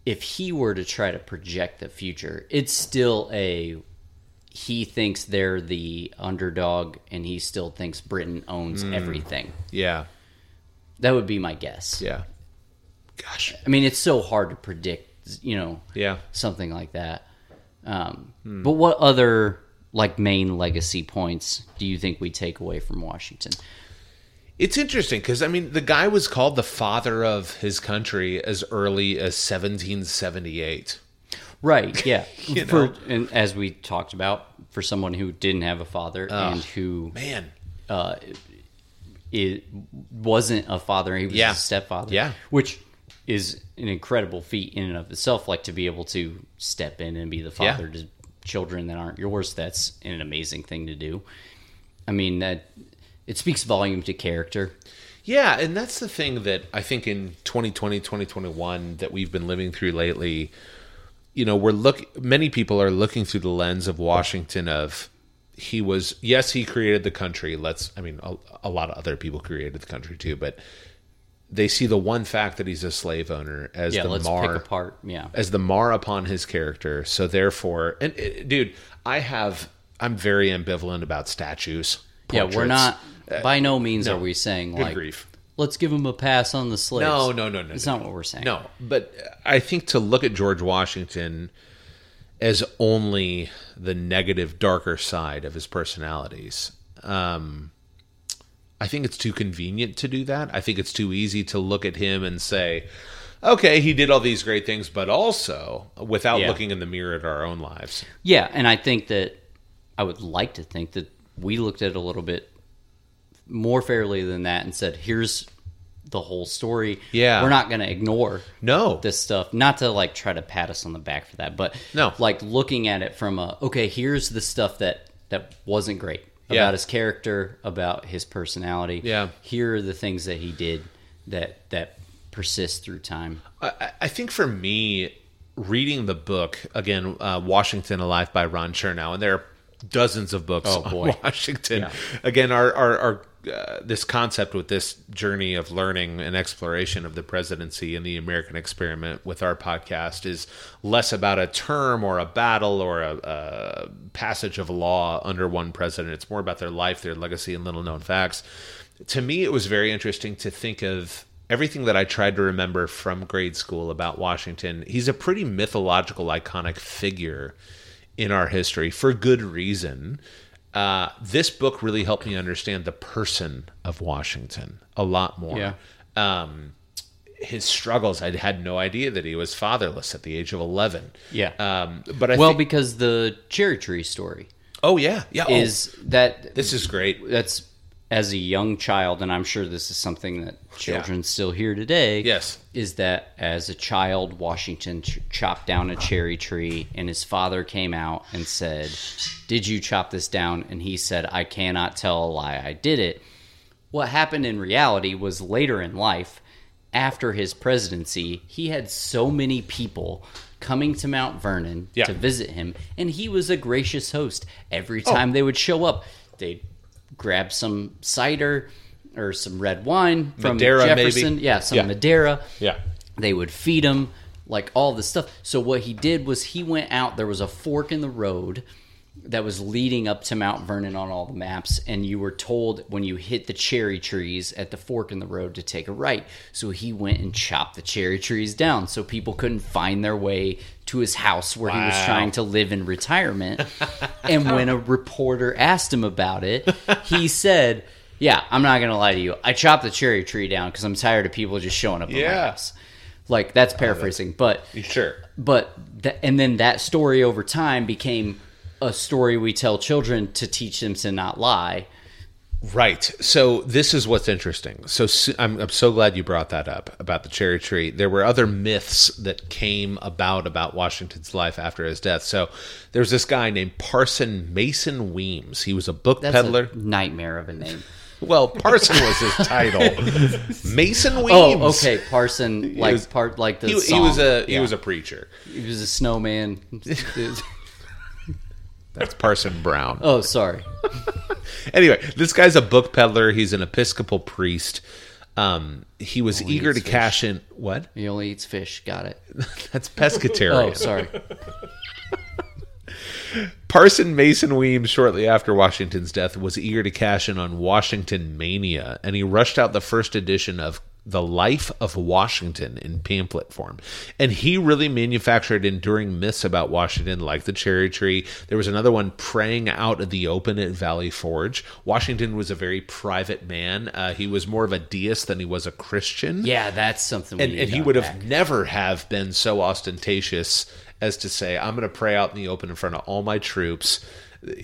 if he were to try to project the future, it's still a he thinks they're the underdog, and he still thinks Britain owns everything. Yeah. That would be my guess. Yeah. Gosh. I mean, it's so hard to predict, you know, Yeah. something like that. Um, But what other like main legacy points do you think we take away from Washington? It's interesting because I mean the guy was called the father of his country as early as 1778. Right. Yeah. You for know? and as we talked about, for someone who didn't have a father and who Man, it wasn't a father, he was Yeah. a stepfather. Yeah. Which is an incredible feat in and of itself. Like to be able to step in and be the Yeah. father to children that aren't yours. That's an amazing thing to do. I mean that it speaks volume to character. Yeah, and that's the thing that I think in 2020, 2021 that we've been living through lately, you know, we're look many people are looking through the lens of Washington of he was yes, he created the country. Let's I mean a, a lot of other people created the country too, but they see the one fact that he's a slave owner as Yeah. the let's mar Uh, pick apart. Yeah. as the mar upon his character. So therefore, and uh, dude, I have I'm very ambivalent about statues. Yeah. We're portraits. Uh, not. By no means are we saying like grief. let's give him a pass on the slaves. No, no, no, no. It's no. not what we're saying. No, but I think to look at George Washington as only the negative, darker side of his personalities, um, I think it's too convenient to do that. I think it's too easy to look at him and say, okay, he did all these great things, but also without Yeah. looking in the mirror at our own lives. Yeah, and I think that I would like to think that we looked at it a little bit more fairly than that and said, here's the whole story. Yeah. We're not going to ignore No. this stuff. Not to like try to pat us on the back for that, but No. like looking at it from a okay, here's the stuff that that wasn't great Yeah. about his character, about his personality. Yeah. Here are the things that he did that that persist through time. I- I, I think for me, reading the book again, uh, Washington Alive by Ron Chernow, and there are dozens of books Oh, on boy. Washington. Again, our our, our uh, this concept with this journey of learning and exploration of the presidency and the American experiment with our podcast is less about a term or a battle or a, a passage of law under one president. It's more about their life, their legacy, and little known facts. To me, it was very interesting to think of everything that I tried to remember from grade school about Washington, he's a pretty mythological, iconic figure in our history for good reason. Uh, this book really helped me understand the person of Washington a lot more. Yeah. Um, his struggles, I had no idea that he was fatherless at the age of 11. Yeah. Um, but I well, think, because the cherry tree story oh, yeah. Yeah. oh, is that this is great. that's as a young child, and I'm sure this is something that children still hear today. Yes. is that as a child, Washington ch- chopped down a cherry tree, and his father came out and said, "Did you chop this down?" And he said, "I cannot tell a lie. I did it." What happened in reality was later in life, after his presidency, he had so many people coming to Mount Vernon Yeah. to visit him, and he was a gracious host. Every Oh. time they would show up, they'd grab some cider or some red wine from Madeira, maybe. Jefferson. Yeah, some Yeah. Madeira. Yeah. They would feed him, like all this stuff. So what he did was he went out, there was a fork in the road that was leading up to Mount Vernon on all the maps, and you were told when you hit the cherry trees at the fork in the road to take a right. So he went and chopped the cherry trees down so people couldn't find their way to his house where he was trying to live in retirement. and when a reporter asked him about it, he said, Yeah, I'm not gonna lie to you. I chopped the cherry tree down because I'm tired of people just showing up at my Yeah. house. Like that's paraphrasing, but Sure. but th- and then that story over time became a story we tell children to teach them to not lie. Right. So this is what's interesting. So s- I'm, I'm so glad you brought that up about the cherry tree. There were other myths that came about about Washington's life after his death. So there's this guy named Parson Mason Weems. He was a book That's peddler. a nightmare of a name. well, Parson was his title. Mason Weems. Oh, okay, Parson, like was- part like the He, he song. was a he Yeah. was a preacher. he was a snowman. That's Parson Brown. oh, sorry. anyway, this guy's a book peddler. He's an Episcopal priest. Um, he was eager to cash in. What? He only eats fish. Got it. That's pescatarian. Oh, sorry. Parson Mason Weems, shortly after Washington's death, was eager to cash in on Washington mania, and he rushed out the first edition of The Life of Washington in pamphlet form. And he really manufactured enduring myths about Washington, like the cherry tree. There was another one, Praying Out of the Open at Valley Forge. Washington was a very private man. Uh, he was more of a deist than he was a Christian Yeah, that's something. We and, need and to he would unpack. have never have been so ostentatious as to say i'm going to pray out in the open in front of all my troops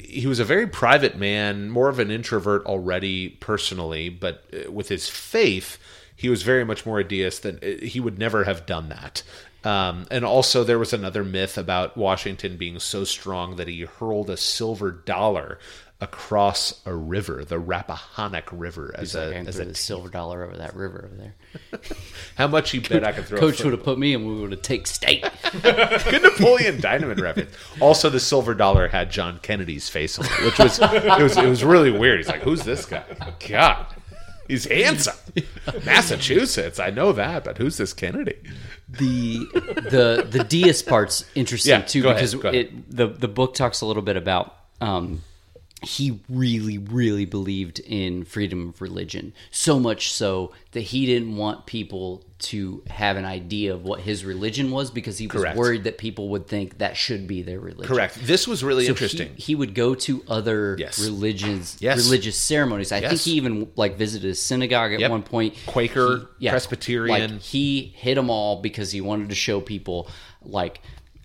he was a very private man more of an introvert already personally but uh, with his faith he was very much more a deist than uh, he would never have done that um, and also there was another myth about washington being so strong that he hurled a silver dollar across a river the rappahannock river as a, And as threw a the silver dollar over that river over there. how much you bet i could throw a Coach foot- would have put me, and we would have take state. Good Napoleon Dynamite reference. Also, the silver dollar had John Kennedy's face on it, which was it was it was really weird. He's like, "Who's this guy? God, he's handsome, Massachusetts. I know that, but who's this Kennedy?" the the the deist part's interesting Yeah, too go ahead, because go ahead. it the the book talks a little bit about um he really really believed in freedom of religion so much so that he didn't want people to have an idea of what his religion was because he was Correct. worried that people would think that should be their religion Correct. This was really so interesting. He, he would go to other Yes. religions, Yes. religious ceremonies. I think Yes. he even like visited a synagogue at Yep. one point. Quaker, He- Presbyterian. Like, he hit them all because he wanted to show people like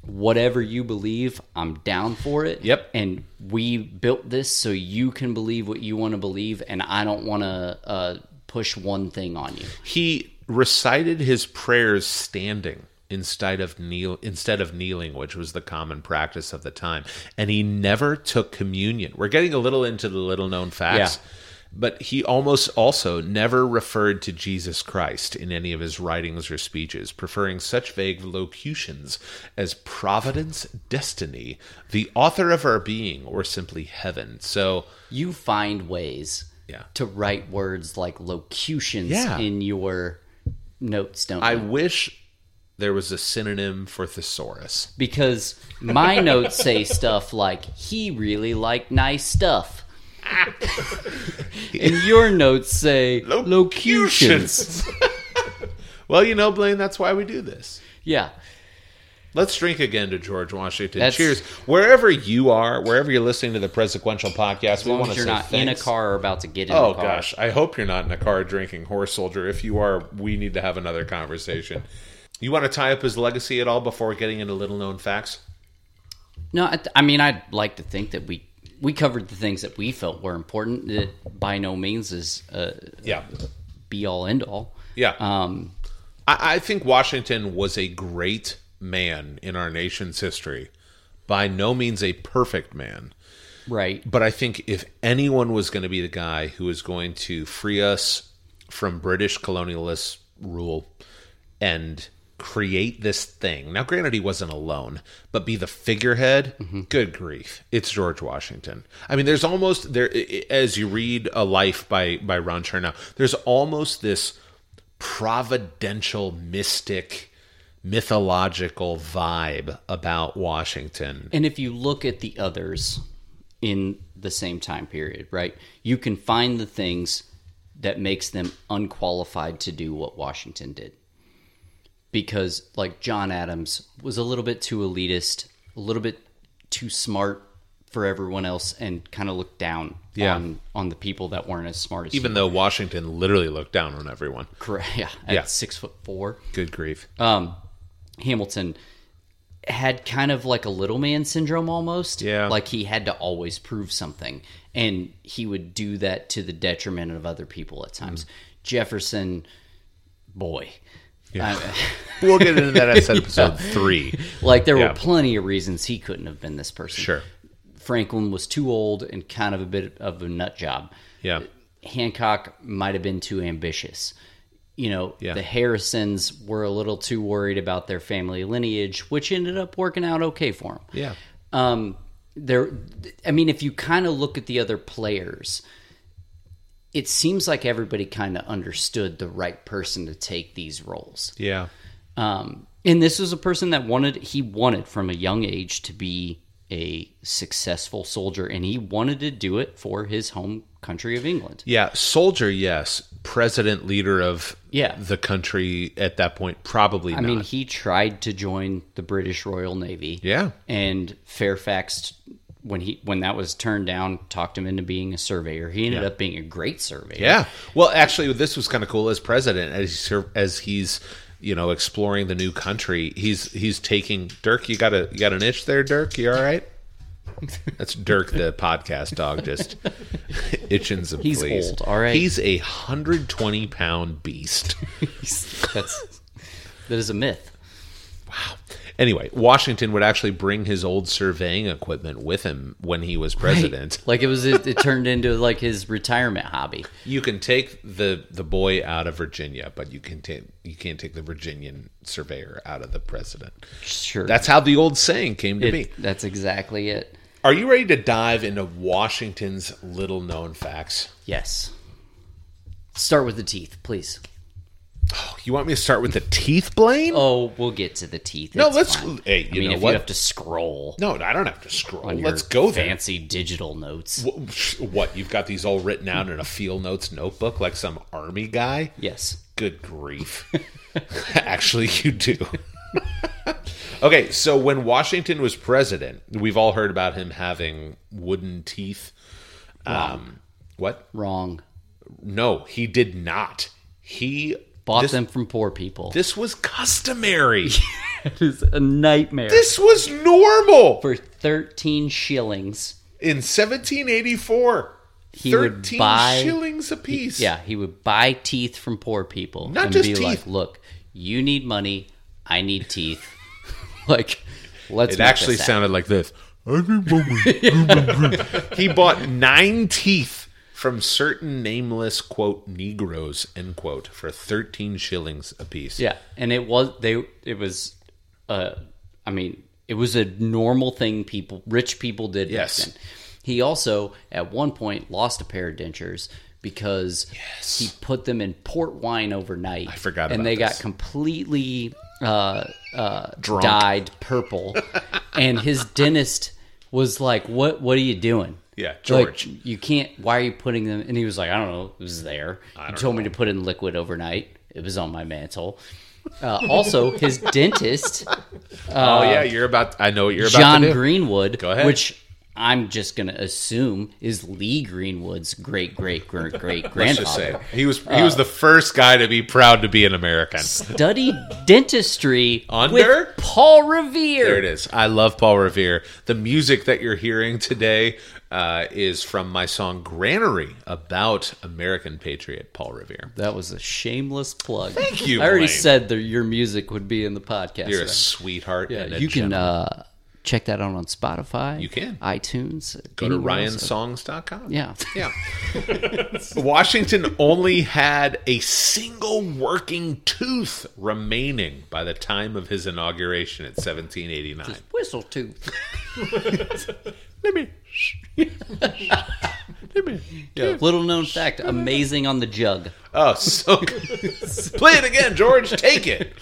whatever you believe, I'm down for it. Yep. And we built this so you can believe what you want to believe, and I don't want to. Uh, push one thing on you. He recited his prayers standing instead of kneel instead of kneeling, which was the common practice of the time. And he never took communion. We're getting a little into the little known facts. Yeah. But he almost also never referred to Jesus Christ in any of his writings or speeches, preferring such vague locutions as providence, destiny, the author of our being, or simply heaven. So, You find ways Yeah. to write words like locutions Yeah. in your notes, don't I you? wish there was a synonym for thesaurus. Because my notes say stuff like, he really liked nice stuff. and your notes say, locutions. well, you know, Blaine, that's why we do this. Yeah. Let's drink again to George Washington. That's- Cheers. Wherever you are, wherever you're listening to the Presequential Podcast, we As long want as to you're say not in a thanks. car or about to get in Oh a car. gosh, I hope you're not in a car drinking horse soldier. If you are, we need to have another conversation. You want to tie up his legacy at all before getting into little known facts? No, I, I mean, I'd like to think that we we covered the things that we felt were important. That by no means is uh, Yeah. be all end all. Yeah. Um, I, I think Washington was a great man in our nation's history. By no means a perfect man. right. But I think if anyone was going to be the guy who is going to free us from British colonialist rule and create this thing. Now, granted, he wasn't alone, but be the figurehead. Good grief, it's George Washington. I mean, there's almost there i- i- as you read a life by by Ron Chernow. There's almost this providential mystic mythological vibe about Washington. And if you look at the others in the same time period, right, you can find the things that makes them unqualified to do what Washington did. Because like John Adams was a little bit too elitist, a little bit too smart for everyone else and kind of looked down Yeah. on on the people that weren't as smart as Even though Washington literally looked down on everyone. correct yeah, at Yeah. six foot four. Good grief. um, Hamilton had kind of like a little man syndrome almost. Yeah. Like he had to always prove something. And he would do that to the detriment of other people at times. Mm-hmm. Jefferson, boy. we'll get into that as episode three. Like there Yeah. were plenty of reasons he couldn't have been this person. Sure. Franklin was too old and kind of a bit of a nut job. Yeah. Hancock might have been too ambitious. You know, Yeah. the Harrisons were a little too worried about their family lineage, which ended up working out okay for them. Yeah. Um, there, I mean, if you kind of look at the other players, it seems like everybody kind of understood the right person to take these roles. Yeah. Um, and this was a person that wanted, he wanted from a young age to be a successful soldier, and he wanted to do it for his home country of England. Yeah. Soldier, yes. President, leader of Yeah. the country at that point, probably I not. mean, he tried to join the British Royal Navy. yeah. And Fairfax, when he when that was turned down, talked him into being a surveyor. He ended up being a great surveyor. Yeah. Well, actually, this was kind of cool as president as he ser- as he's you know exploring the new country. He's he's taking Dirk. You got a you got an itch there, Dirk. You all right? That's Dirk, the podcast dog, just itching some. He's fleas. old, all right? He's a hundred twenty pound beast. that's that is a myth. Anyway, Washington would actually bring his old surveying equipment with him when he was president. Like it was, it, it turned into like his retirement hobby. You can take the the boy out of Virginia, but you can take you can't take the Virginian surveyor out of the president. Sure, That's how the old saying came to be. it, that's exactly it. Are you ready to dive into Washington's little known facts? Yes. Start with the teeth, please. Oh, You want me to start with the teeth, Blaine? Oh, we'll get to the teeth. no, It's let's. fine. Hey, you I mean, know if what? you have to scroll no, I don't have to scroll. on Let's your go there. fancy digital notes. Wh- What you've got these all written out in a field notes notebook like some army guy? yes. Good grief. Actually, you do. okay, so when Washington was president, we've all heard about him having wooden teeth. Um, what? Wrong. No, he did not. He Bought this, them from poor people. This was customary. It is a nightmare. this was normal For 13 shillings. in 1784. he would 13 buy shillings a piece. Yeah, he would buy teeth from poor people Not and just be teeth. like, "Look, you need money. I need teeth. like, let's." It make actually this sounded like this. he bought nine teeth from certain nameless quote Negroes end quote for thirteen shillings apiece. Yeah, and it was they. It was, uh, I mean, it was a normal thing people, rich people did. Yes. Back then. He also at one point lost a pair of dentures because he put them in port wine overnight. I forgot and about they this. got completely uh, uh, Drunk. dyed purple, and his dentist was like, "What? What are you doing?" Yeah, Like, George. you can't. Why are you putting them? And he was like, I don't know. It was there. You told me to put in liquid overnight. It was on my mantle. Uh, also, his dentist, oh yeah, you're about. I know what you're about John to do. Greenwood, Go ahead. which I'm just going to assume is Lee Greenwood's great, great, great, great Let's just say Uh, grandfather, he was he was the first guy to be proud to be an American. studied dentistry Under? with Paul Revere. There it is. I love Paul Revere. The music that you're hearing today uh, is from my song "Granary" about American patriot Paul Revere. That was a shameless plug. Thank you, I already Blaine. said that your music would be in the podcast. You're a right? sweetheart. Yeah, and a you can gentleman. uh, check that out on Spotify. You can. iTunes. go to anywhere else. ryansongs.com. Yeah. Yeah. Washington only had a single working tooth remaining by the time of his inauguration at 1789. Whistle tooth. Let me. Let me. Little known fact, amazing on the jug. Oh, so good. play it again, George. Take it.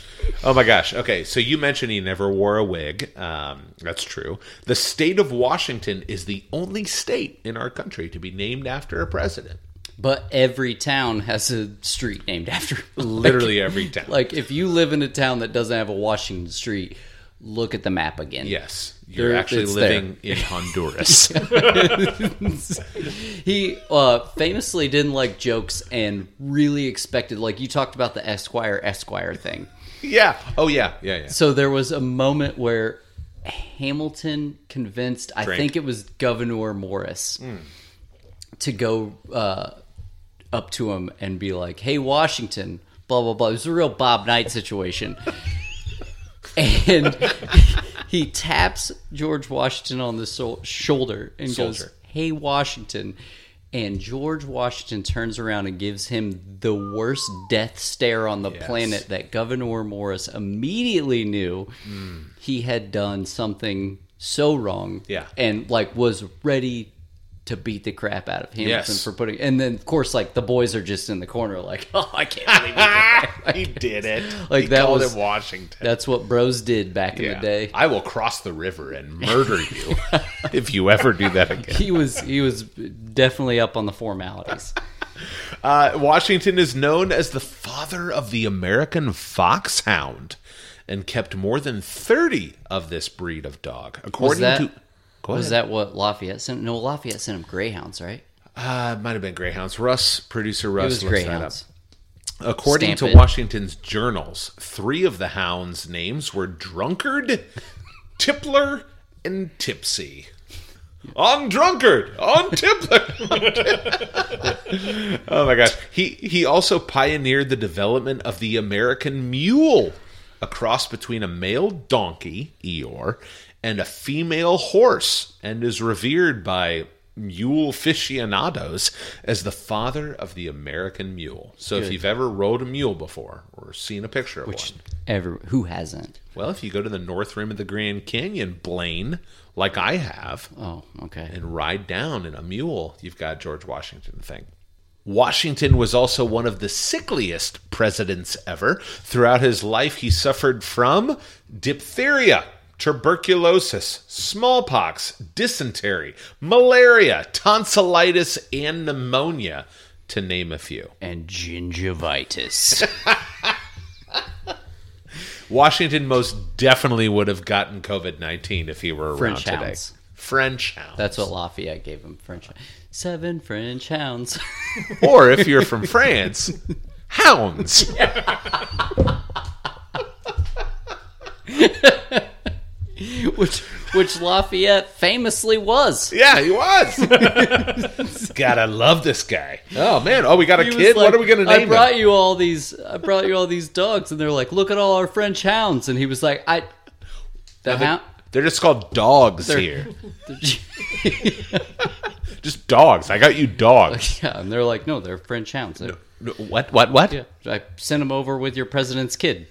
Oh my gosh. Okay, so you mentioned he never wore a wig. Um, that's true. The state of Washington is the only state in our country to be named after a president. But every town has a street named after it. Like- Literally every town. Like if you live in a town that doesn't have a Washington Street, look at the map again. yes, you're There- actually it's there. living in Honduras. He uh, famously didn't like jokes and really expected, like you talked about the Esquire Esquire thing. yeah. Oh yeah. Yeah. Yeah. So there was a moment where Hamilton convinced, I Drink. think it was Governor Morris, Hmm. to go uh, up to him and be like, "Hey, Washington, blah blah blah." It was a real Bob Knight situation, and he taps George Washington on the sol- shoulder and goes, Soldier. "Hey, Washington." And George Washington turns around and gives him the worst death stare on the planet that Governor Morris immediately knew Hmm. he had done something so wrong. Yeah. And like was ready to beat the crap out of Hamilton Yes. for putting and then of course like the boys are just in the corner like, Oh, I can't believe you did Ah, he did that." it. Like, he that called was- it Washington. That's what bros did back in the day. I will cross the river and murder you if you ever do that again. He was he was definitely up on the formalities. Uh, Washington is known as the father of the American foxhound and kept more than 30 of this breed of dog. According that- to. Go Was ahead. that what Lafayette sent? No, Lafayette sent him greyhounds, right? Uh, it might have been Greyhounds. Russ, producer It Russ, looks was that greyhounds. up. According Stamp to it. Washington's journals, three of the hounds' names were Drunkard, Tippler, and Tipsy. On Drunkard, on Tippler. oh my gosh. He he also pioneered the development of the American mule, a cross between a male donkey, Eeyore, and a female horse, and is revered by mule aficionados as the father of the American mule. So if you've ever rode a mule before or seen a picture of one, Ever who hasn't? well, if you go to the north rim of the Grand Canyon, Blaine, like I have, Oh, okay. and ride down in a mule, you've got George Washington thing. Washington was also one of the sickliest presidents ever. Throughout his life, he suffered from diphtheria, tuberculosis, smallpox, dysentery, malaria, tonsillitis, and pneumonia, to name a few. and gingivitis. Washington most definitely would have gotten COVID 19 if he were around French today. hounds. French hounds. That's what Lafayette gave him. French seven French hounds. or if you're from France, hounds. which which Lafayette famously was. Yeah, he was. God, I love this guy. Oh man! Oh, we got a He was kid. like, what are we gonna I name brought him? you all these. I brought you all these dogs, and they're like, "Look at all our French hounds." And he was like, "I the hound." They're just called dogs They're- here. they're- Just dogs. I got you dogs. yeah, and they're like, "No, they're French hounds." They're- No, What? What? What? yeah, I sent them over with your president's kid.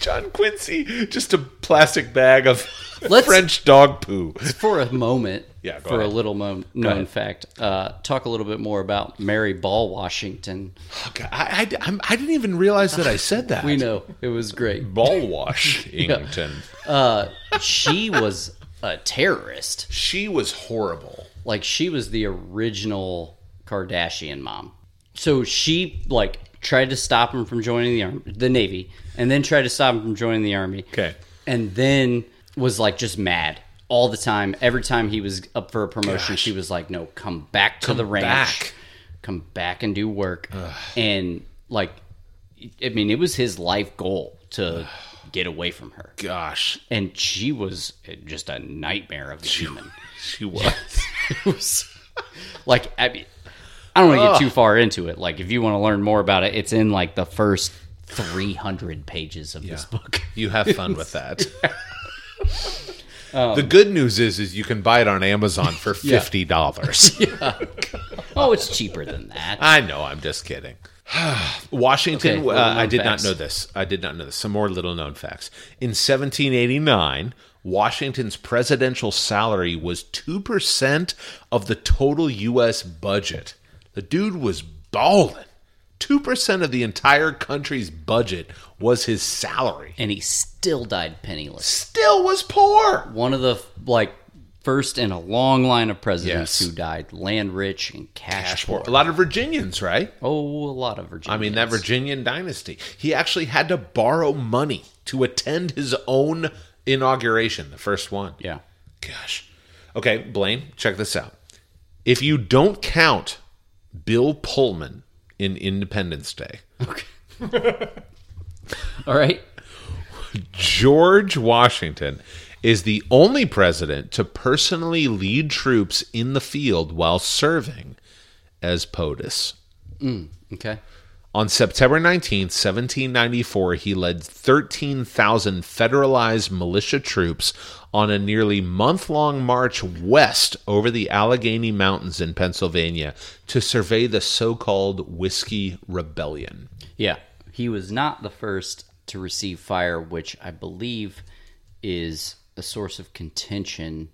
John Quincy. Just a plastic bag of Let's- French dog poo. For a moment, Yeah, go for a ahead. little mo- known ahead. fact, uh, talk a little bit more about Mary Ball Washington. Oh, God, I, I, I'm- I didn't even realize that I said that. We know it was great. Ball wash Ington. Uh, she was a terrorist. She was horrible. like she was the original Kardashian mom. So she like tried to stop him from joining the army, the navy, and then tried to stop him from joining the army. Okay. and then was like just mad all the time. Every time he was up for a promotion, she was like, "No, come back to the ranch, back. come back and do work." And like, I mean, it was his life goal to get away from her, Gosh, and she was uh, just a nightmare of a human. she was. was- like I mean, I don't want to get too far into it. Like if you want to learn more about it, it's in like the first 300 pages of this book. You have fun with that. Um, the good news is, is you can buy it on Amazon for fifty dollars. Oh, it's cheaper than that. I know, I'm just kidding. Washington. Okay, uh, little-known I did facts. not know this. I did not know this. Some more little known facts. In 1789, Washington's presidential salary was two percent of the total U.S. budget. The dude was balling. Two percent of the entire country's budget was his salary. And he still died penniless. Still was poor. One of the like first in a long line of presidents Yes. who died land rich and cash, poor. A lot of Virginians, right? Oh, a lot of Virginia. I mean, that Virginian dynasty. He actually had to borrow money to attend his own inauguration, the first one. Yeah. Gosh. Okay, Blaine, check this out. If you don't count Bill Pullman in Independence Day, Okay. All right. George Washington is the only president to personally lead troops in the field while serving as POTUS. Okay. On September 19th, 1794, he led 13,000 federalized militia troops on a nearly month long march west over the Allegheny Mountains in Pennsylvania to survey the so called Whiskey Rebellion. Yeah. He was not the first to receive fire, which I believe is a source of contention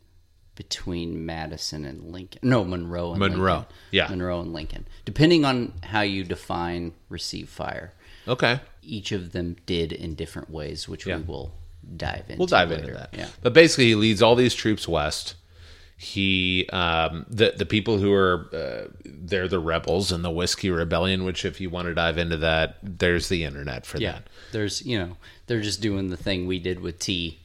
between Madison and Lincoln. No, Monroe and Monroe, Lincoln. yeah. Monroe and Lincoln. Depending on how you define receive fire, Okay. each of them did in different ways, which we will dive into. We'll dive into later. that. Yeah. But basically, he leads all these troops west. He, um, the the people who are uh, they're the rebels and the Whiskey Rebellion. Which, if you want to dive into that, there's the internet for Yeah. that. There's, you know, they're just doing the thing we did with tea.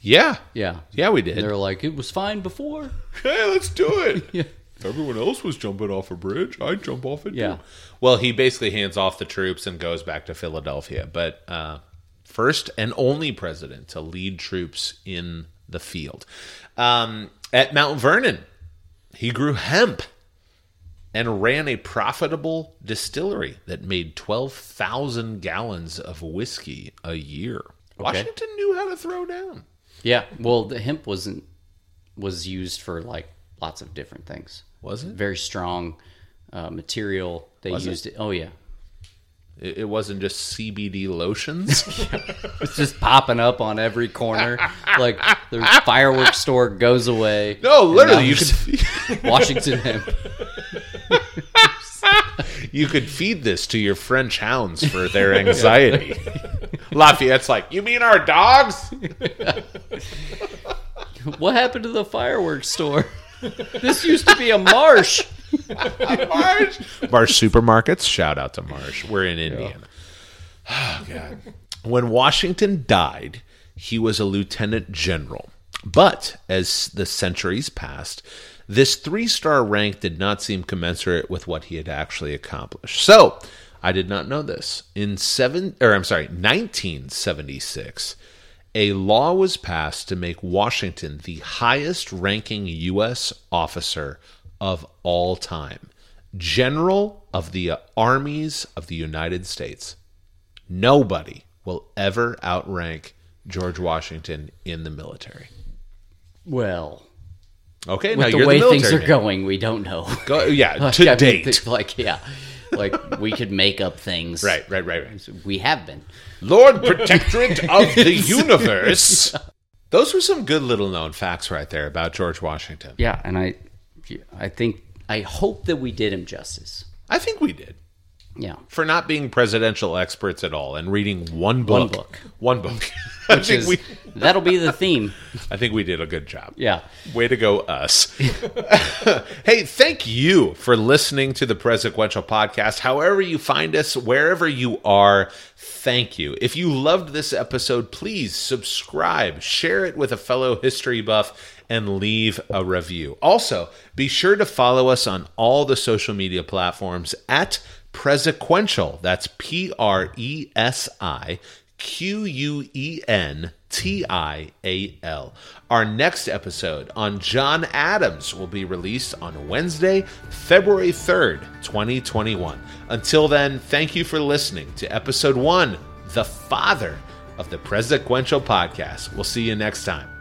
Yeah, Yeah. yeah, we did. They're like, it was fine before. hey, let's do it. If everyone else was jumping off a bridge, I'd jump off it Yeah. too. Well, he basically hands off the troops and goes back to Philadelphia. But uh, first and only president to lead troops in the field. Um, at Mount Vernon, he grew hemp and ran a profitable distillery that made 12,000 gallons of whiskey a year. Washington knew how to throw down. Yeah. Well, the hemp wasn't was used for like lots of different things. Was it? Very strong uh, material. They Was it? used it? Oh yeah, It it wasn't just CBD lotions. it's just popping up on every corner. like the fireworks store goes away. No, and literally, now you there's could Washington hemp. you could feed this to your French hounds for their anxiety. Lafayette's like, you mean our dogs? What happened to the fireworks store? this used to be a marsh. Marsh, Marsh supermarkets. Shout out to Marsh. We're in Indiana. When Washington died, he was a lieutenant general. But as the centuries passed, this three star rank did not seem commensurate with what he had actually accomplished. So, I did not know this. In seven, or I'm sorry, 1976, a law was passed to make Washington the highest-ranking U.S. officer of all time, General of the Armies of the United States. Nobody will ever outrank George Washington in the military. Well, Okay, now with you're the way the military things are man. going, we don't know. Go- yeah, Like, to I mean, date. th- like yeah, like we could make up things. right, right, right, right. We have been. Lord Protectorate of the Universe. Those were some good little known facts right there about George Washington. Yeah, and I, I think I hope that we did him justice. I think we did Yeah. for not being presidential experts at all and reading one book. book. One book. I Which think is- we that'll be the theme. I think we did a good job. Yeah. Way to go, us. hey, thank you for listening to the Presequential Podcast. However, you find us, wherever you are, thank you. If you loved this episode, please subscribe, share it with a fellow history buff, and leave a review. Also, be sure to follow us on all the social media platforms at Presequential. That's P R E S I. Q U E N T I A L. Our next episode on John Adams will be released on Wednesday, February 3rd, 2021. Until then, thank you for listening to episode one, The Father of the Presequential Podcast. We'll see you next time.